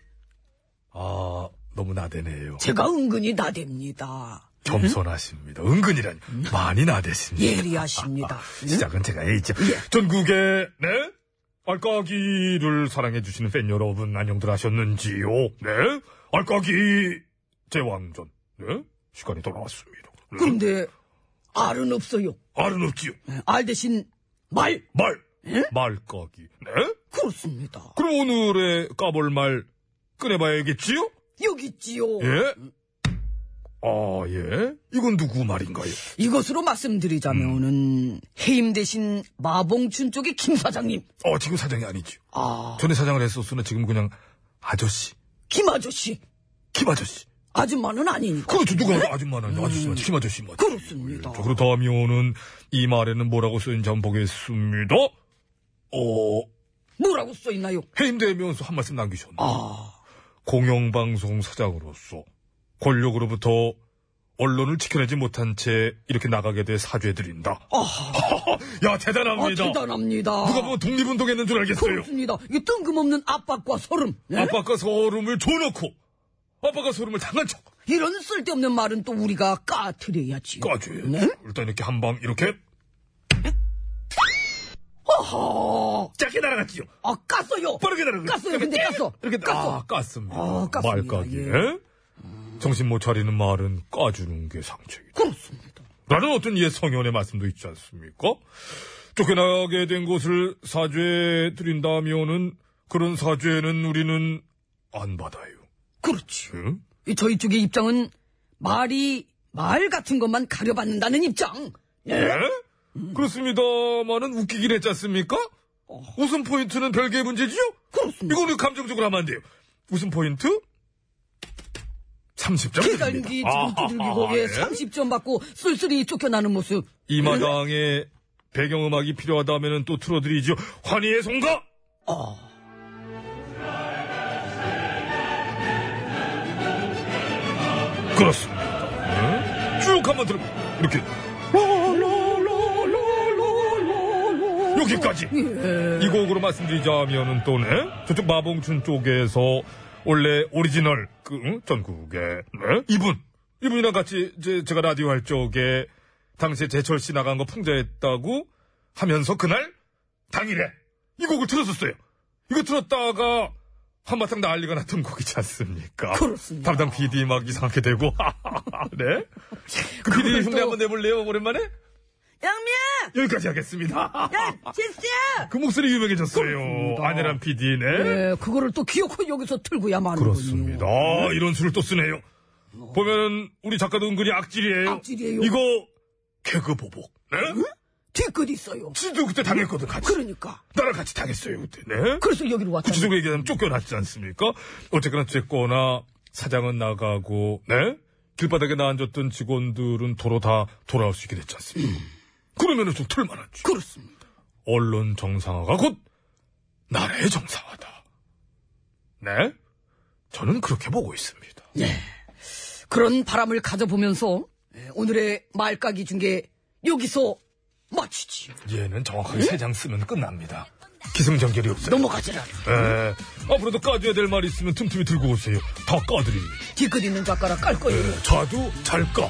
A: 아, 너무 나대네요.
J: 제가 은근히 나댑니다.
A: 겸손하십니다. 은근이란 많이 나대십니다.
J: 음? 예리하십니다. 예.
A: 시작은 제가 했죠. 전국의 네 알까기를 사랑해 주시는 팬 여러분 안녕들 하셨는지요? 네 알까기 제왕전 네 시간이 돌아왔습니다. 네.
B: 그런데 알은 없어요.
A: 알은 없지요.
B: 알 대신 말
A: 말
J: 예?
A: 말까기 네
B: 그렇습니다.
A: 그럼 오늘의 까볼 말 꺼내봐야겠지요?
B: 여기 있지요.
A: 예. 아, 예. 이건 누구 말인가요?
B: 이것으로 말씀드리자면은 해임 대신 마봉춘 쪽의 김 사장님,
A: 어, 지금 사장이 아니지요.
B: 아
A: 전에 사장을 했었으나 지금 그냥 아저씨,
B: 김 아저씨,
A: 김 아저씨.
B: 아줌마는 아니니까.
A: 그렇죠. 누가 봐도 아줌마는 아저씨만 지금 아저씨 맞죠.
B: 그렇습니다.
A: 자, 그렇다면은 이 말에는 뭐라고 쓰인지 한번 보겠습니다. 어,
B: 뭐라고 써 있나요?
A: 해임되면서 한 말씀 남기셨네.
B: 아
A: 공영방송 사장으로서 권력으로부터 언론을 지켜내지 못한 채 이렇게 나가게 돼 사죄드린다. 야
B: 아,
A: 대단합니다.
B: 대단합니다.
A: 누가 뭐 보면 독립운동했는 줄 알겠어요.
B: 그렇습니다. 이게 뜬금없는 압박과 소름.
J: 네?
B: 예?
A: 아빠가 소름을 줘놓고 아빠가 소름을 당한 척
B: 이런 쓸데없는 말은 또 우리가 까트려야지.
A: 까지.
B: 네?
A: 일단 이렇게 한 방 이렇게
B: 어,
A: 짧게 날아갔지요.
B: 아, 깠어요.
A: 빠르게 날아가.
B: 깠어요. 근데 깠어.
A: 이렇게
B: 깠어.
A: 아, 깠습니다.
B: 아, 깠습니다.
A: 말까지.
B: 예.
A: 예? 정신 못 차리는 말은 까주는 게 상책이다.
B: 그렇습니다.
A: 라는 어떤 예성연의 말씀도 있지 않습니까? 쫓겨나게 된 것을 사죄 드린다면은 그런 사죄는 우리는 안 받아요.
B: 그렇지.
A: 응?
B: 이 저희 쪽의 입장은 말이 말 같은 것만 가려받는다는 입장.
A: 예? 그렇습니다만은 웃기긴 했지 않습니까? 웃음 포인트는 별개의 문제지요?
B: 그렇습니다.
A: 이거는 감정적으로 하면 안 돼요. 웃음 포인트? 30점.
B: 계산기 지금 두들기고
A: 아, 예.
B: 에 30점 받고 쓸쓸히 쫓겨나는 모습.
A: 이 마당에 배경음악이 필요하다면 또 틀어드리죠. 환희의 송가! 그렇습니다. 예? 가만 들어 이렇게 라라라라라라라라 여기까지 이 곡으로 말씀드리자면은 또네 저쪽 마봉춘 쪽에서 원래 오리지널 그 응? 전국에 네? 이분 이분이랑 같이 제, 제가 라디오 할 적에 당시에 제철 씨 나간 거 풍자했다고 하면서 그날 당일에 이 곡을 틀었었어요. 이거 틀었다가 한바탕 난리가 났던 곡이지 않습니까?
L: 그렇습니다.
A: 담당 PD 막 이상하게 되고 네. 그 PD 흉내 한번 내볼래요 오랜만에?
B: 양미야!
A: 여기까지 하겠습니다.
B: 야, 진수야!
A: 그 목소리 유명해졌어요. 안혜란 PD네.
J: 예, 그거를 또 기어코 여기서 틀고야만 그렇습니다.
A: 아, 이런 수를 또 쓰네요. 보면은 우리 작가도 은근히 악질이에요.
J: 악질이에요.
A: 이거 개그 보복. 네?
J: 뒤끝 있어요.
A: 지도 그때 당했거든 같이.
J: 그러니까.
A: 나랑 같이 당했어요 그때. 네.
J: 그래서 여기로 왔다.
A: 구체적으로 얘기하면 쫓겨났지 않습니까? 어쨌거나 어쨌거나 사장은 나가고 네 길바닥에 나앉았던 직원들은 도로 다 돌아올 수 있게 됐지 않습니까? 그러면은 좀 틀만하지.
J: 음. 그렇습니다.
A: 언론 정상화가 곧 나라의 정상화다. 네? 저는 그렇게 보고 있습니다.
J: 예. 그런 바람을 가져보면서 예, 오늘의 말까기 중계 여기서 마치지.
A: 얘는 정확하게 세 장 쓰면 끝납니다. 기승전결이 없어요.
J: 예? 넘어가지라.
A: 예. 앞으로도 까줘야 될 말 있으면 틈틈이 들고 오세요. 다 까드리.
J: 뒤끝 있는 작가라 깔 거예요.
A: 자도 잘 까.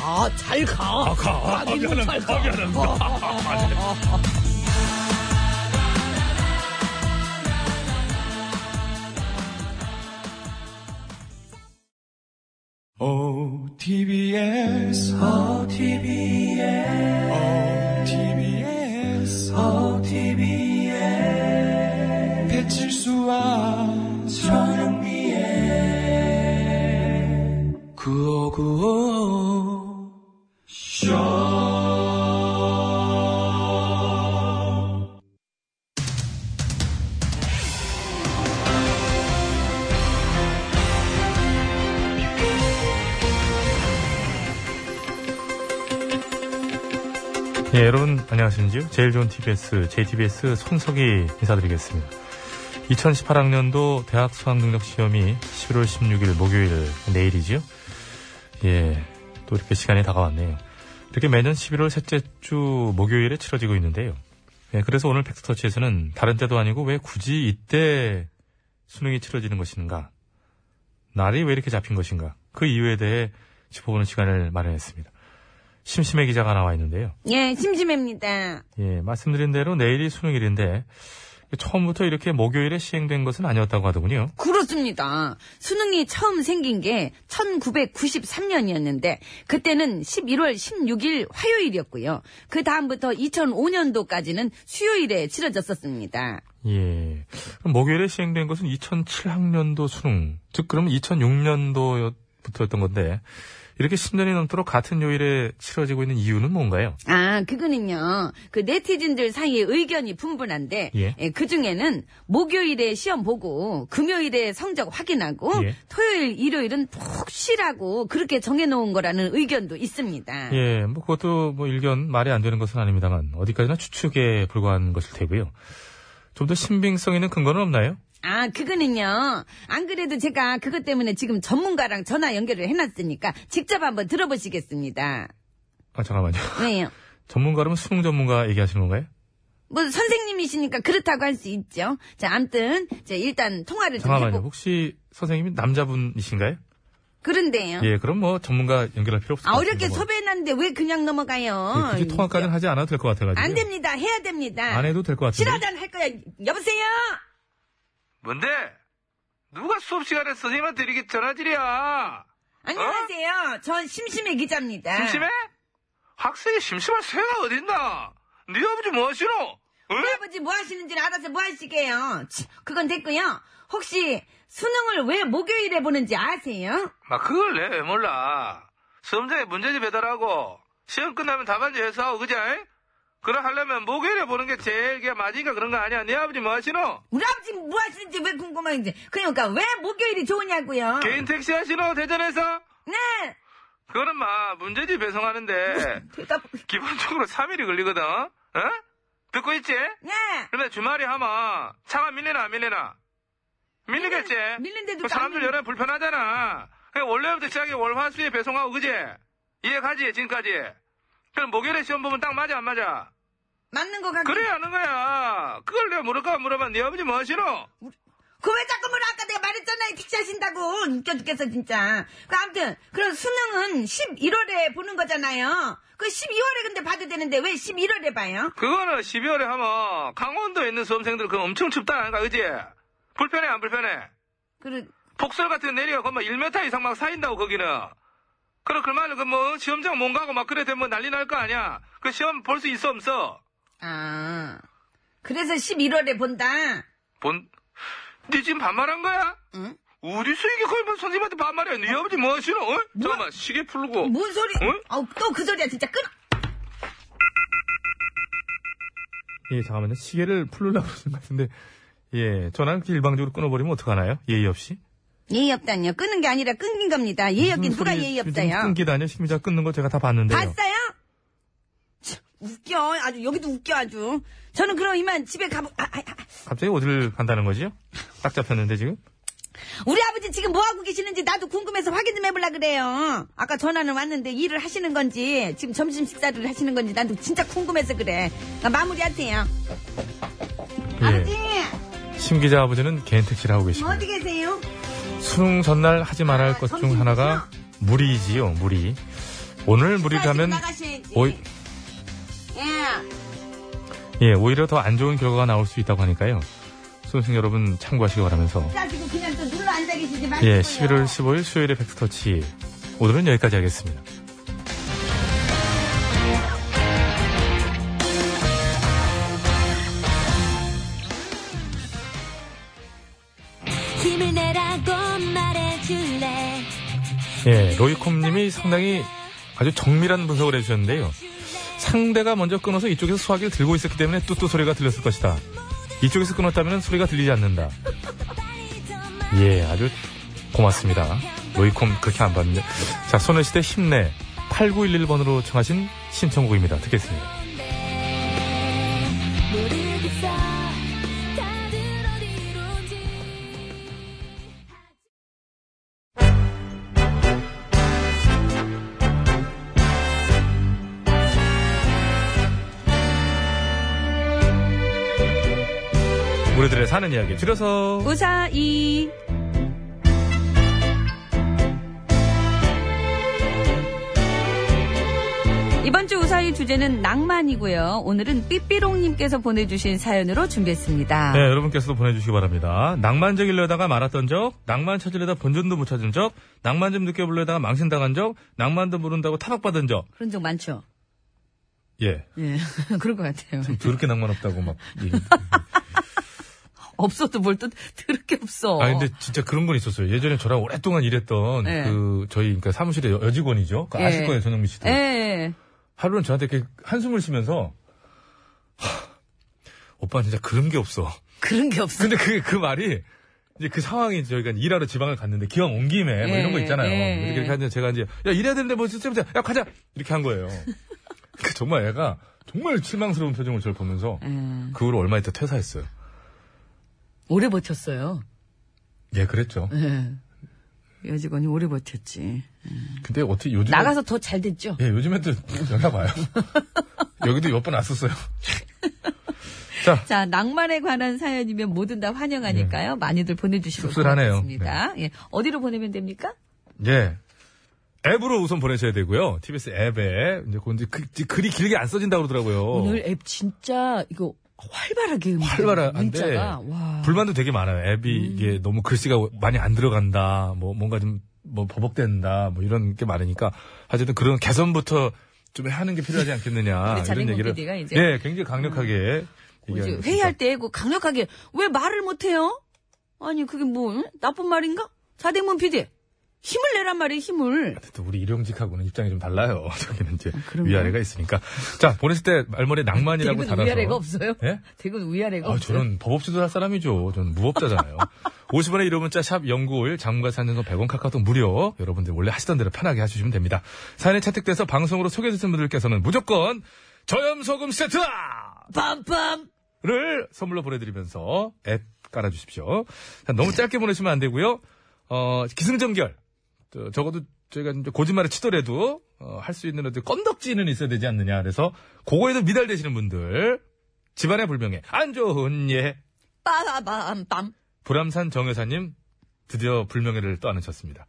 J: 아, 잘 가.
A: 아, 가. 아,
J: 아니,
A: 미안합니다.
J: 잘 가.
A: 아, 미안합니다.
L: OTBS, OTBS, 어, OTBS, OTBS, 배칠수와 저녁미에 9595 쇼.
M: 예, 여러분 안녕하십니까? 제일 좋은 TBS, JTBS 손석희 인사드리겠습니다. 2018학년도 대학 수학능력 시험이 11월 16일 목요일 내일이지요. 예, 또 이렇게 시간이 다가왔네요. 이렇게 매년 11월 셋째 주 목요일에 치러지고 있는데요. 예, 그래서 오늘 팩스터치에서는 다른 때도 아니고 왜 굳이 이때 수능이 치러지는 것인가? 날이 왜 이렇게 잡힌 것인가? 그 이유에 대해 짚어보는 시간을 마련했습니다. 심심해 기자가 나와 있는데요.
N: 예, 심심합니다.
M: 예, 말씀드린 대로 내일이 수능일인데 처음부터 이렇게 목요일에 시행된 것은 아니었다고 하더군요.
B: 그렇습니다. 수능이 처음 생긴 게 1993년이었는데 그때는 11월 16일 화요일이었고요. 그 다음부터 2005년도까지는 수요일에 치러졌었습니다.
M: 예. 그럼 목요일에 시행된 것은 2007학년도 수능, 즉 그럼 2006년도부터였던 건데 이렇게 10년이 넘도록 같은 요일에 치러지고 있는 이유는 뭔가요?
B: 아, 그거는요. 그 네티즌들 사이에 의견이 분분한데
M: 예.
B: 그 중에는 목요일에 시험 보고 금요일에 성적 확인하고
M: 예.
B: 토요일, 일요일은 푹 쉬라고 그렇게 정해 놓은 거라는 의견도 있습니다.
M: 예, 뭐 그것도 뭐 일견 말이 안 되는 것은 아닙니다만 어디까지나 추측에 불과한 것일 테고요. 좀 더 신빙성 있는 근거는 없나요?
B: 아, 그거는요. 안 그래도 제가 그것 때문에 지금 전문가랑 전화 연결을 해놨으니까 직접 한번 들어보시겠습니다.
M: 아 잠깐만요.
B: 왜요?
M: 전문가라면 수능 전문가 얘기하시는 건가요?
B: 뭐 선생님이시니까 그렇다고 할 수 있죠. 자, 암튼 제 일단 통화를 좀
M: 잠깐만요.
J: 뭐
B: 해보.
M: 혹시 선생님이 남자분이신가요?
B: 그런데요.
M: 예, 그럼 뭐 전문가 연결할 필요 없을 것
B: 아,
M: 같아요.
B: 어렵게 섭외해놨는데 왜 그냥 넘어가요?
M: 예, 굳이 통화까지는 하지 않아도 될 것 같아가지고.
B: 안 됩니다. 해야 됩니다.
M: 안 해도 될 것 같은데.
B: 싫어하단 할 거야. 여보세요?
C: 뭔데? 누가 수업시간에 선생님한테 이렇게 전화질이야?
B: 안녕하세요. 전 심심해 기자입니다.
C: 심심해? 학생이 심심할 새가 어딨나? 네 아버지 뭐하시노? 응?
B: 우리 아버지 뭐 하시는지 를 알아서 뭐 하시게요. 치, 그건 됐고요. 혹시 수능을 왜 목요일에 보는지 아세요?
C: 막 그걸 내 왜 몰라? 수험장에 문제지 배달하고 시험 끝나면 답안지 회수하고 그지? 그걸 하려면 목요일에 보는 게 제일 게 맞으니까 그런 거 아니야? 네 아버지 뭐하시노?
B: 우리 아버지 뭐 하시는지 왜 궁금한지. 그러니까 왜 목요일이 좋으냐고요.
C: 개인 택시 하시노? 대전에서?
B: 네.
C: 그거는 막 문제지 배송하는데
B: 대답.
C: 기본적으로 3일이 걸리거든? 어? 듣고 있지?
B: 네.
C: 그러면 주말에 하면 차가 밀리나 안 밀리나? 밀리겠지?
B: 밀린데도
C: 그
B: 땀이-
C: 사람들 여러 불편하잖아. 그러니까 월요일부터 시작해 월화수에 배송하고 그지? 이해가지, 지금까지? 그럼 목요일에 시험 보면 딱 맞아, 안 맞아?
G: 맞는 거 같긴
C: 그래야 하는 거야. 그걸 내가 물을까 물어봐. 네 아버지 뭐 하시노?
G: 그 왜 자꾸 물어? 아까 내가 말했잖아. 픽사신다고. 웃겨 죽겠어, 진짜. 그, 아무튼, 그런 수능은 11월에 보는 거잖아요. 그 12월에 근데 봐도 되는데 왜 11월에 봐요?
C: 그거는 12월에 하면 강원도에 있는 수험생들 그 엄청 춥다 아닌가 그지? 불편해 안 불편해?
G: 그래.
C: 폭설 같은 거 내려 그뭐 1m 이상 막 사인다고 거기는. 그럼 그만은 그뭐 시험장 못 가고 막 그래 되면 난리 날 거 아니야. 그 시험 볼 수 있어 없어?
G: 아. 그래서 11월에 본다.
C: 본? 네 지금 반말한 거야? 응? 어디서 이게 거의 뭐 선생님한테 반말이야? 네 아버지 뭐 하시노? 어? 잠깐만 시계 풀고.
G: 뭔 소리?
C: 응?
G: 아우, 또 그 소리야, 진짜. 끊어.
A: 예, 잠깐만요. 시계를 풀으려고 그러신 것 같은데. 예, 전화 이렇게 일방적으로 끊어버리면 어떡하나요? 예의 없이?
G: 예의 없다니요. 끊은 게 아니라 끊긴 겁니다. 예의 없긴
A: 무슨
G: 누가
A: 소리
G: 예의
A: 지금
G: 없어요?
A: 끊기다뇨. 심의자 끊는 거 제가 다 봤는데요.
G: 봤어요? 참, 웃겨. 아주 여기도 웃겨 아주. 저는 그럼 이만 집에 가보. 아, 아, 아.
A: 갑자기 어디를 간다는 거지요? 딱 잡혔는데 지금?
G: 우리 아버지 지금 뭐 하고 계시는지 나도 궁금해서 확인 좀 해보려 그래요. 아까 전화는 왔는데 일을 하시는 건지 지금 점심 식사를 하시는 건지 나도 진짜 궁금해서 그래.
B: 아,
G: 나 마무리할게요. 아버지
A: 예. 심 기자 아버지는 개인 택시를 하고 계십니다.
G: 어디 계세요?
A: 수능 전날 하지 말아야 할 것
G: 점심
A: 중 하나가 무리이지요, 무리. 오늘 무리
G: 식사하시고
A: 가면
G: 나가셔야지.
A: 오이,
G: 예.
A: 예, 오히려 더 안 좋은 결과가 나올 수 있다고 하니까요. 수험생 여러분 참고하시기 바라면서
G: 가지고 그냥 또 눌러 앉아 계시지 마시고요.
A: 예, 11월 15일 수요일의 팩스터치 오늘은 여기까지 하겠습니다.
F: 힘을 내라고 말해줄래
A: 예, 로이콤님이 상당히 아주 정밀한 분석을 해주셨는데요. 상대가 먼저 끊어서 이쪽에서 수화기를 들고 있었기 때문에 뚜뚜 소리가 들렸을 것이다. 이쪽에서 끊었다면 소리가 들리지 않는다. 예, 아주 고맙습니다. 로이콤 그렇게 안 봤는데. 자, 소녀시대 힘내 8911번으로 청하신 신청곡입니다. 듣겠습니다.
F: 모르겠어 다들 어디론지
A: 우리들의 사는 이야기 줄여서
B: 우사이. 이번 주 우사이 주제는 낭만이고요. 오늘은 삐삐롱님께서 보내주신 사연으로 준비했습니다.
A: 네, 여러분께서도 보내주시기 바랍니다. 낭만적이려다가 말았던 적, 낭만 찾으려다 본전도 못 찾은 적, 낭만 좀 느껴보려다가 망신당한 적, 낭만도 모른다고 타박받은 적.
B: 그런 적 많죠?
A: 예.
B: 예, 그럴 것 같아요.
A: 더럽게 낭만 없다고 막. 얘기.
B: 어. 없어도 뭘 또 더럽게 없어.
A: 아, 근데 진짜 그런 건 있었어요. 예전에 저랑 오랫동안 일했던
B: 예.
A: 그, 저희, 그러니까 사무실의 여- 여직원이죠. 그거 아실
B: 예.
A: 거예요, 전영미 씨도.
B: 예, 예.
A: 하루는 저한테 이렇게 한숨을 쉬면서, 하, 오빠 진짜 그런 게 없어.
B: 그런 게 없어.
A: 근데 그, 그 말이, 이제 그 상황이 저희가 일하러 지방을 갔는데 기왕 온 김에 뭐
B: 예,
A: 이런 거 있잖아요.
B: 예,
A: 그래서
B: 예.
A: 이렇게 하는데 제가 이제, 야, 일해야 되는데 뭐 진짜, 진짜, 야, 가자! 이렇게 한 거예요. 그 정말 애가 정말 실망스러운 표정을 저를 보면서
B: 예.
A: 그 후로 얼마 있다 퇴사했어요.
B: 오래 버텼어요.
A: 예, 그랬죠.
B: 예. 여직원이 오래 버텼지.
A: 근데 어떻게 요즘.
B: 나가서 더 잘 됐죠?
A: 예, 요즘에 또 연락 와요. 여기도 몇 번 왔었어요. 자,
B: 자, 낭만에 관한 사연이면 뭐든 다 환영하니까요. 많이들 보내주시고
A: 네. 씁쓸하네요.
B: 고맙습니다. 예. 어디로 보내면 됩니까?
A: 예. 앱으로 우선 보내셔야 되고요. TBS 앱에. 이제 그- 이제 그- 이제 글이 길게 안 써진다고 그러더라고요.
B: 오늘 앱 진짜 이거 활발하게 음-
A: 어. 활발한데
B: 문자가 와.
A: 불만도 되게 많아요. 앱이
B: 음.
A: 이게 너무 글씨가 많이 안 들어간다. 뭐 뭔가 좀 뭐 버벅댄다. 뭐 이런 게 많으니까 하여튼 그런 개선부터 좀 하는 게 필요하지 않겠느냐
B: 우리
A: 이런
B: 자민공
A: 얘기를
B: PD 가 이제
A: 예, 굉장히 강력하게
B: 이제
A: 얘기하고
B: 회의할 때 그 강력하게 왜 말을 못해요? 아니 그게 뭐 응? 나쁜 말인가? 자댕문 PD 힘을 내란 말이에요 힘을
A: 또 우리 일용직하고는 입장이 좀 달라요. 저기는 이제
B: 그런가요?
A: 위아래가 있으니까. 자, 보냈을 때 말머리 낭만이라고
B: 대구는
A: 달아서.
B: 위아래가 없어요?
A: 예?
B: 대구는 위아래가
A: 아,
B: 없어요?
A: 저는 법 없이도 할 사람이죠. 저는 무법자잖아요. 50원의 1호 문자 샵 0951, 장문과 산전송 100원 카카오톡 무료. 여러분들 원래 하시던 대로 편하게 해주시면 됩니다. 사연에 채택돼서 방송으로 소개해주신 분들께서는 무조건 저염소금 세트!
B: 빰빰
A: 를 선물로 보내드리면서 앱 깔아주십시오. 자, 너무 짧게 보내시면 안 되고요. 어, 기승전결. 저, 적어도 저희가 이제 거짓말을 치더라도 할 수 있는 어떤 껌덕지는 있어야 되지 않느냐. 그래서 그거에도 미달되시는 분들 집안의 불명예 안 좋은 예
B: 빠밤빰.
A: 불암산 정 여사님 드디어 불명예를 떠안으셨습니다.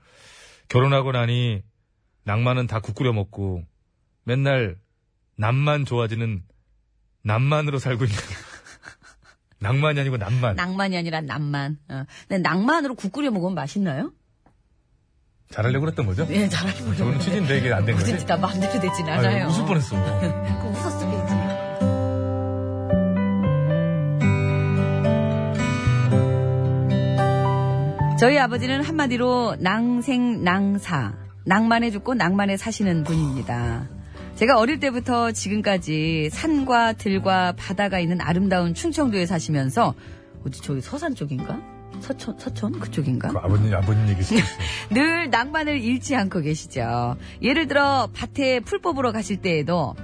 A: 결혼하고 나니 낭만은 다 국구려 먹고 맨날 남만 좋아지는 남만으로 살고 있는 낭만이 아니고 남만.
B: 낭만이 아니라 낭만. 어. 근데 낭만으로 국 끓여 먹으면 맛있나요?
A: 잘하려고 그랬던 거죠?
B: 예, 잘하려고
A: 저는 네. 취지인데 이게 안 된 거지.
B: 굳이 나 마음대로 되진
A: 아유,
B: 않아요.
A: 웃을 뻔했어.
B: 그거 웃었으면 지 저희 아버지는 한마디로 낭생낭사, 낭만에 죽고 낭만에 사시는 분입니다. 제가 어릴 때부터 지금까지 산과 들과 바다가 있는 아름다운 충청도에 사시면서 어디 저기 서산 쪽인가? 서천 서천 그쪽인가?
A: 아버님, 아버님 얘기시죠.
B: 늘 낭만을 잃지 않고 계시죠. 예를 들어 밭에 풀 뽑으러 가실 때에도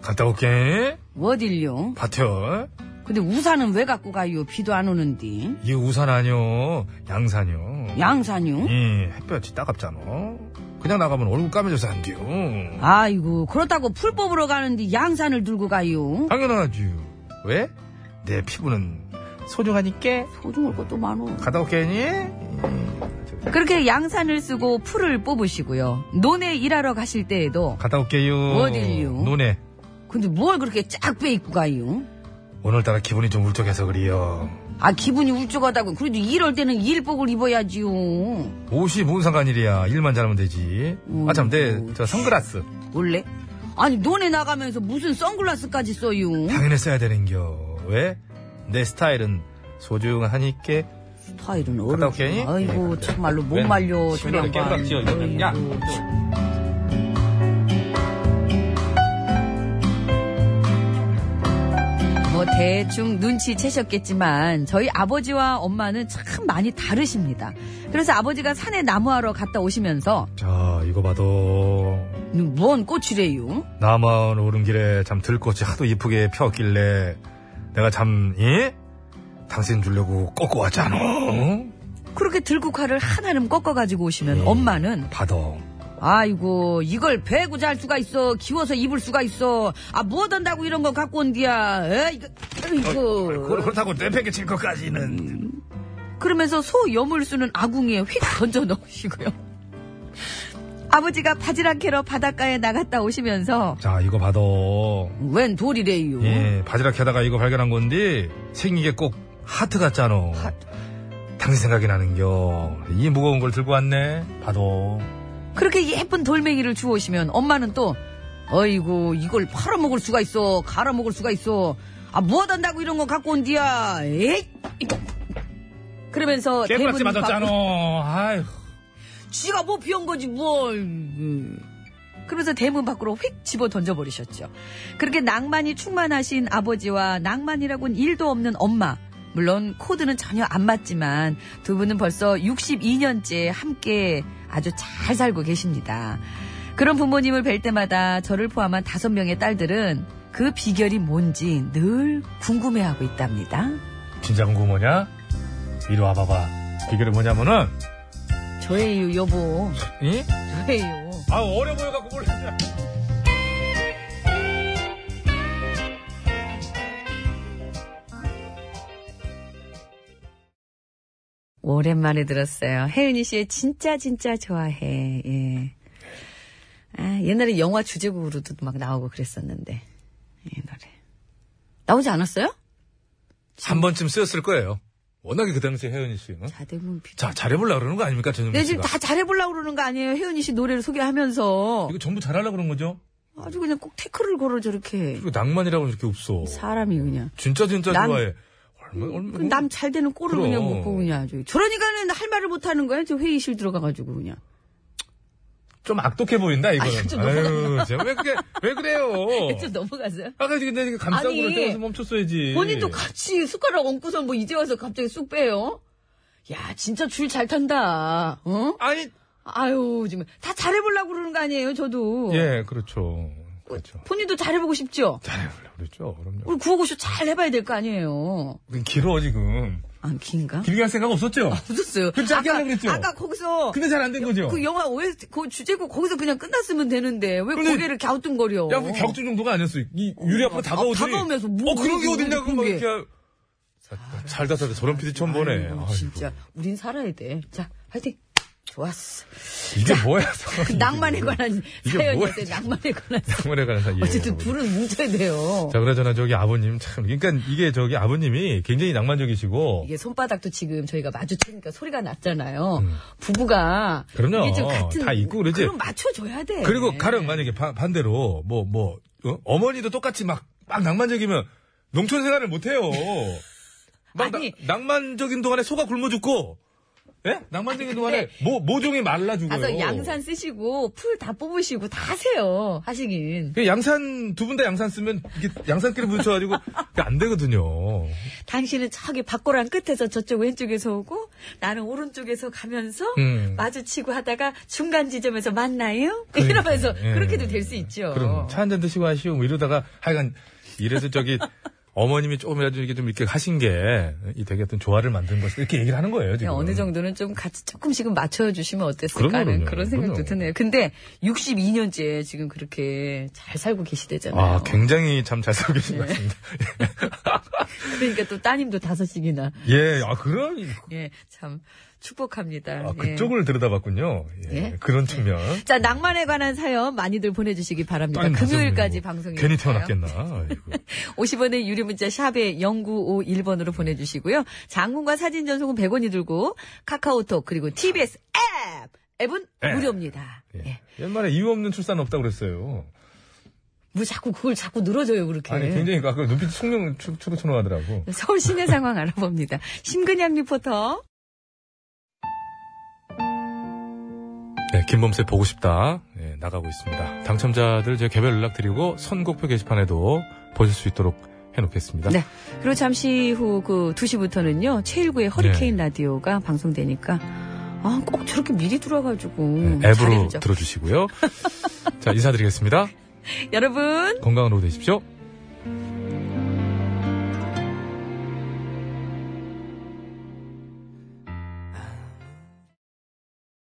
A: 갔다 올게.
B: 어딜요?
A: 밭이요.
B: 근데 우산은 왜 갖고 가요? 비도 안 오는디.
A: 이게 우산 아니요. 양산이요.
B: 양산요?
A: 예, 햇볕이 따갑잖아. 그냥 나가면 얼굴 까매져서 안 돼요.
B: 아이고 그렇다고 풀 뽑으러 가는데 양산을 들고 가요.
A: 당연하지. 왜? 내 피부는 소중하니까
B: 소중할 것도 많어.
A: 갔다 올게니?
B: 그렇게 양산을 쓰고 풀을 뽑으시고요. 논에 일하러 가실 때에도
A: 갔다 올게요.
B: 어딜요?
A: 논에.
B: 근데 뭘 그렇게 쫙 빼입고 가요?
A: 오늘따라 기분이 좀 울적해서 그래요.
B: 아 기분이 울적하다고 그래도 일할 때는 일복을 입어야지요.
A: 옷이 뭔 상관이랴. 일만 잘하면 되지. 아, 참, 내, 저, 선글라스.
B: 원래? 아니 논에 나가면서 무슨 선글라스까지 써요?
A: 당연히 써야 되는겨. 왜? 내 스타일은 소중하니까.
B: 스타일은
A: 갔다 올게니? 예.
B: 아이고 정말로 못
A: 웬
B: 말려 저
A: 시민을
B: 양반.
A: 깨끗하게 지어, 이거는. 야.
B: 뭐 대충 눈치채셨겠지만 저희 아버지와 엄마는 참 많이 다르십니다. 그래서 아버지가 산에 나무하러 갔다 오시면서
A: 자, 이거 봐도.
B: 뭔 꽃이래요?
A: 나만 오른 길에 참 들꽃이 하도 이쁘게 폈길래 내가 참, 예? 당신 주려고 꺾고 왔잖아.
B: 그렇게 들국화를 한아름 꺾어가지고 오시면
A: 예.
B: 엄마는
A: 받아.
B: 아이고 이걸 베고 잘 수가 있어 기워서 입을 수가 있어 아 뭐던다고 이런 거 갖고 온디야 에이 이거 아이고
A: 그렇다고 내팽개칠 것까지는.
B: 그러면서 소 여물수는 아궁이에 휙 던져 넣으시고요 아버지가 바지락 캐러 바닷가에 나갔다 오시면서
A: 자, 이거 봐도
B: 웬 돌이래요
A: 예, 바지락 캐다가 이거 발견한 건데 생긴 게 꼭 하트 같잖아. 당신 생각이 나는겨. 이 무거운 걸 들고 왔네. 봐도.
B: 아, 그렇게 예쁜 돌멩이를 주워오시면 엄마는 또 어이구 이걸 팔아먹을 수가 있어 갈아먹을 수가 있어 아 뭐던다고 이런 거 갖고 온디야 에이 그러면서
A: 깨물지
B: 대문
A: 맞았잖아.
B: 밖으로-
A: 아휴.
B: 쥐가 뭐 비운 거지 뭘 음. 그러면서 대문 밖으로 휙 집어 던져버리셨죠 그렇게 낭만이 충만하신 아버지와 낭만이라고는 일도 없는 엄마 물론 코드는 전혀 안 맞지만 두 분은 벌써 62년째 함께 아주 잘 살고 계십니다 그런 부모님을 뵐 때마다 저를 포함한 다섯 명의 딸들은 그 비결이 뭔지 늘 궁금해하고 있답니다.
A: 진짜 궁금 뭐냐? 이리 와봐봐. 비결이 뭐냐면은,
B: 저예요, 여보.
A: 이?
B: 저예요.
A: 아, 어려 보여갖고 몰랐냐.
B: 오랜만에 들었어요. 혜은이 씨의 진짜 진짜 좋아해. 예. 아, 옛날에 영화 주제곡으로도 막 나오고 그랬었는데 이 노래 나오지 않았어요?
A: 한 번쯤 쓰였을 거예요. 워낙에 그 당시에 혜연이 씨는.
B: 자대문 뭐 비.
A: 자, 잘해보려고 그러는 거 아닙니까, 전현무
B: 내
A: 씨가?
B: 지금 다 잘해보려고 그러는 거 아니에요? 혜은이 씨 노래를 소개하면서
A: 이거 전부 잘하려고 그런 거죠?
B: 아주 그냥 꼭 태클을 걸어 저렇게
A: 그리고 낭만이라고는 이렇게 없어.
B: 사람이 그 그냥
A: 진짜 진짜
B: 남-
A: 좋아해. 얼마, 뭐, 얼마.
B: 남 잘 되는 꼴을
A: 그럼.
B: 그냥 먹고 그냥 아주 저러니까는 할 말을 못 하는 거예요. 저 회의실 들어가가지고 그냥
A: 좀 악독해 보인다, 이거는.
B: 아유, 좀
A: 아유, 제가 왜 그게, 왜 그래요?
B: 좀 넘어가세요.
A: 아까 지금 내가 감싸고
B: 아니,
A: 그럴 때서 멈췄어야지.
B: 본인도 같이 숟가락 얹고서 뭐 이제 와서 갑자기 쑥 빼요? 야, 진짜 줄 잘 탄다. 어?
A: 아니.
B: 아유, 지금 다 잘해보려고 그러는 거 아니에요,
J: 어.
B: 저도.
A: 예, 그렇죠. 그렇죠.
B: 본인도 잘해보고 싶죠?
A: 잘해보려고 그랬죠. 그럼요.
B: 우리 구호고쇼 잘 해봐야 될 거 아니에요.
A: 길어, 지금.
J: 안 긴가?
A: 길게 할 생각 없었죠?
J: 없었어요.
A: 그 짧게
J: 아까-
A: 하려고 그랬죠?
J: 아까 거기서
A: 근데 잘 안 된 거죠?
J: 그 영화 OST 그 주제곡 거기서 그냥 끝났으면 되는데 왜
A: 근데-
J: 고개를 갸우뚱거려?
A: 야, 그 격투 정도가 아니었어요. 이 유리 앞으로
J: 어,
A: 다가오더니.
J: 다가오면서 뭐
A: 어, 그런 게
J: 그러고
A: 어딨냐고 막
J: 그런 게.
A: 이렇게. 하- 자, 살다 살다 저런 피디 처음 보네.
J: 아이고,
A: 아이고.
J: 진짜 우린 살아야 돼. 자, 화이팅. 좋았어.
A: 이게 뭐야?
J: 그 낭만에 관한
A: 이게 뭐야, 예,
J: 사연이었어요. 낭만에 관한.
A: 장문에 관한 사이.
J: 어쨌든 불은 뭉쳐야 돼요.
A: 자, 그나저나 저기 아버님 참. 그러니까 이게 저기 아버님이 굉장히 낭만적이시고.
J: 이게 손바닥도 지금 저희가 마주치니까 소리가 났잖아요. 부부가
A: 그럼요.
J: 이게 좀
A: 음.
J: 같은
A: 어, 다 있고 그러지.
J: 그럼 맞춰줘야 돼.
A: 그리고 가령 만약에 바- 반대로 뭐, 뭐, 어? 머니도 똑같이 막, 막 낭만적이면 농촌 생활을 못해요. 막 나-
J: 아니.
A: 낭만적인 동안에 소가 굶어 죽고, 예? 낭만적인 동안에 모, 모종이 말라
J: 가서
A: 죽어요.
J: 양산 쓰시고 풀 다 뽑으시고 다 하세요. 하시긴.
A: 그 양산, 두 분 다 양산 쓰면 이게 양산끼리 부딪혀가지고 그게 안 되거든요.
J: 당신은 저기 밖고랑 끝에서 저쪽 왼쪽에서 오고 나는 오른쪽에서 가면서
A: 음.
J: 마주치고 하다가 중간 지점에서 만나요. 뭐
A: 그러니까,
J: 이러면서
A: 예.
J: 그렇게도 될 수 있죠. 네,
A: 그럼 차 한잔 드시고 하시고 뭐 이러다가 하여간 이래서 저기 어머님이 조금이라도 이렇게 좀 이렇게 하신 게 이 되게 어떤 조화를 만든 것 이렇게 얘기를 하는 거예요 지금.
J: 그냥 어느 정도는 좀 같이 조금씩은 맞춰주시면 어땠을까 하는
A: 그럼요,
J: 그런 생각도
A: 그럼요.
J: 드네요. 근데 62년째 지금 그렇게 잘 살고 계시대잖아요.
A: 아 굉장히 참 잘 살고
J: 예.
A: 계신 것 같습니다.
J: 그러니까 또 따님도 다섯이나
A: 예, 아 그런
J: 예, 참 축복합니다.
A: 아,
J: 예.
A: 그쪽을 들여다봤군요. 예,
J: 예?
A: 그런 측면.
J: 자, 낭만에 관한 사연 많이들 보내주시기 바랍니다.
A: 딸 나중에
J: 금요일까지
A: 뭐
J: 방송이.
A: 괜히
J: 있으니까요.
A: 태어났겠나. 아이고.
J: 50원의 유료 문자 샵에 0951번으로 보내주시고요. 장문과 사진 전송은 100원이 들고 카카오톡 그리고 TBS 앱! 앱은
A: 앱.
J: 무료입니다.
A: 예. 옛말에 이유 없는 출산 없다 고 그랬어요.
J: 뭐 자꾸 그걸 자꾸 늘어져요 그렇게.
A: 아니 굉장히 아까 눈빛 숙명 추- 추로 추노하더라고.
J: 서울 시내 상황 알아봅니다. 심근양 리포터.
A: 네, 김범세 보고 싶다. 예, 나가고 있습니다. 당첨자들 제 개별 연락 드리고 선곡표 게시판에도 보실 수 있도록 해놓겠습니다.
J: 네. 그리고 잠시 후 그 2시부터는요. 최일구의 허리케인
A: 네.
J: 라디오가 방송되니까 아, 꼭 저렇게 미리 들어와가지고.
A: 예, 네, 앱으로
J: 음, 잘해주죠.
A: 들어주시고요. 자, 인사드리겠습니다.
J: 여러분.
A: 건강한 오후 되십시오.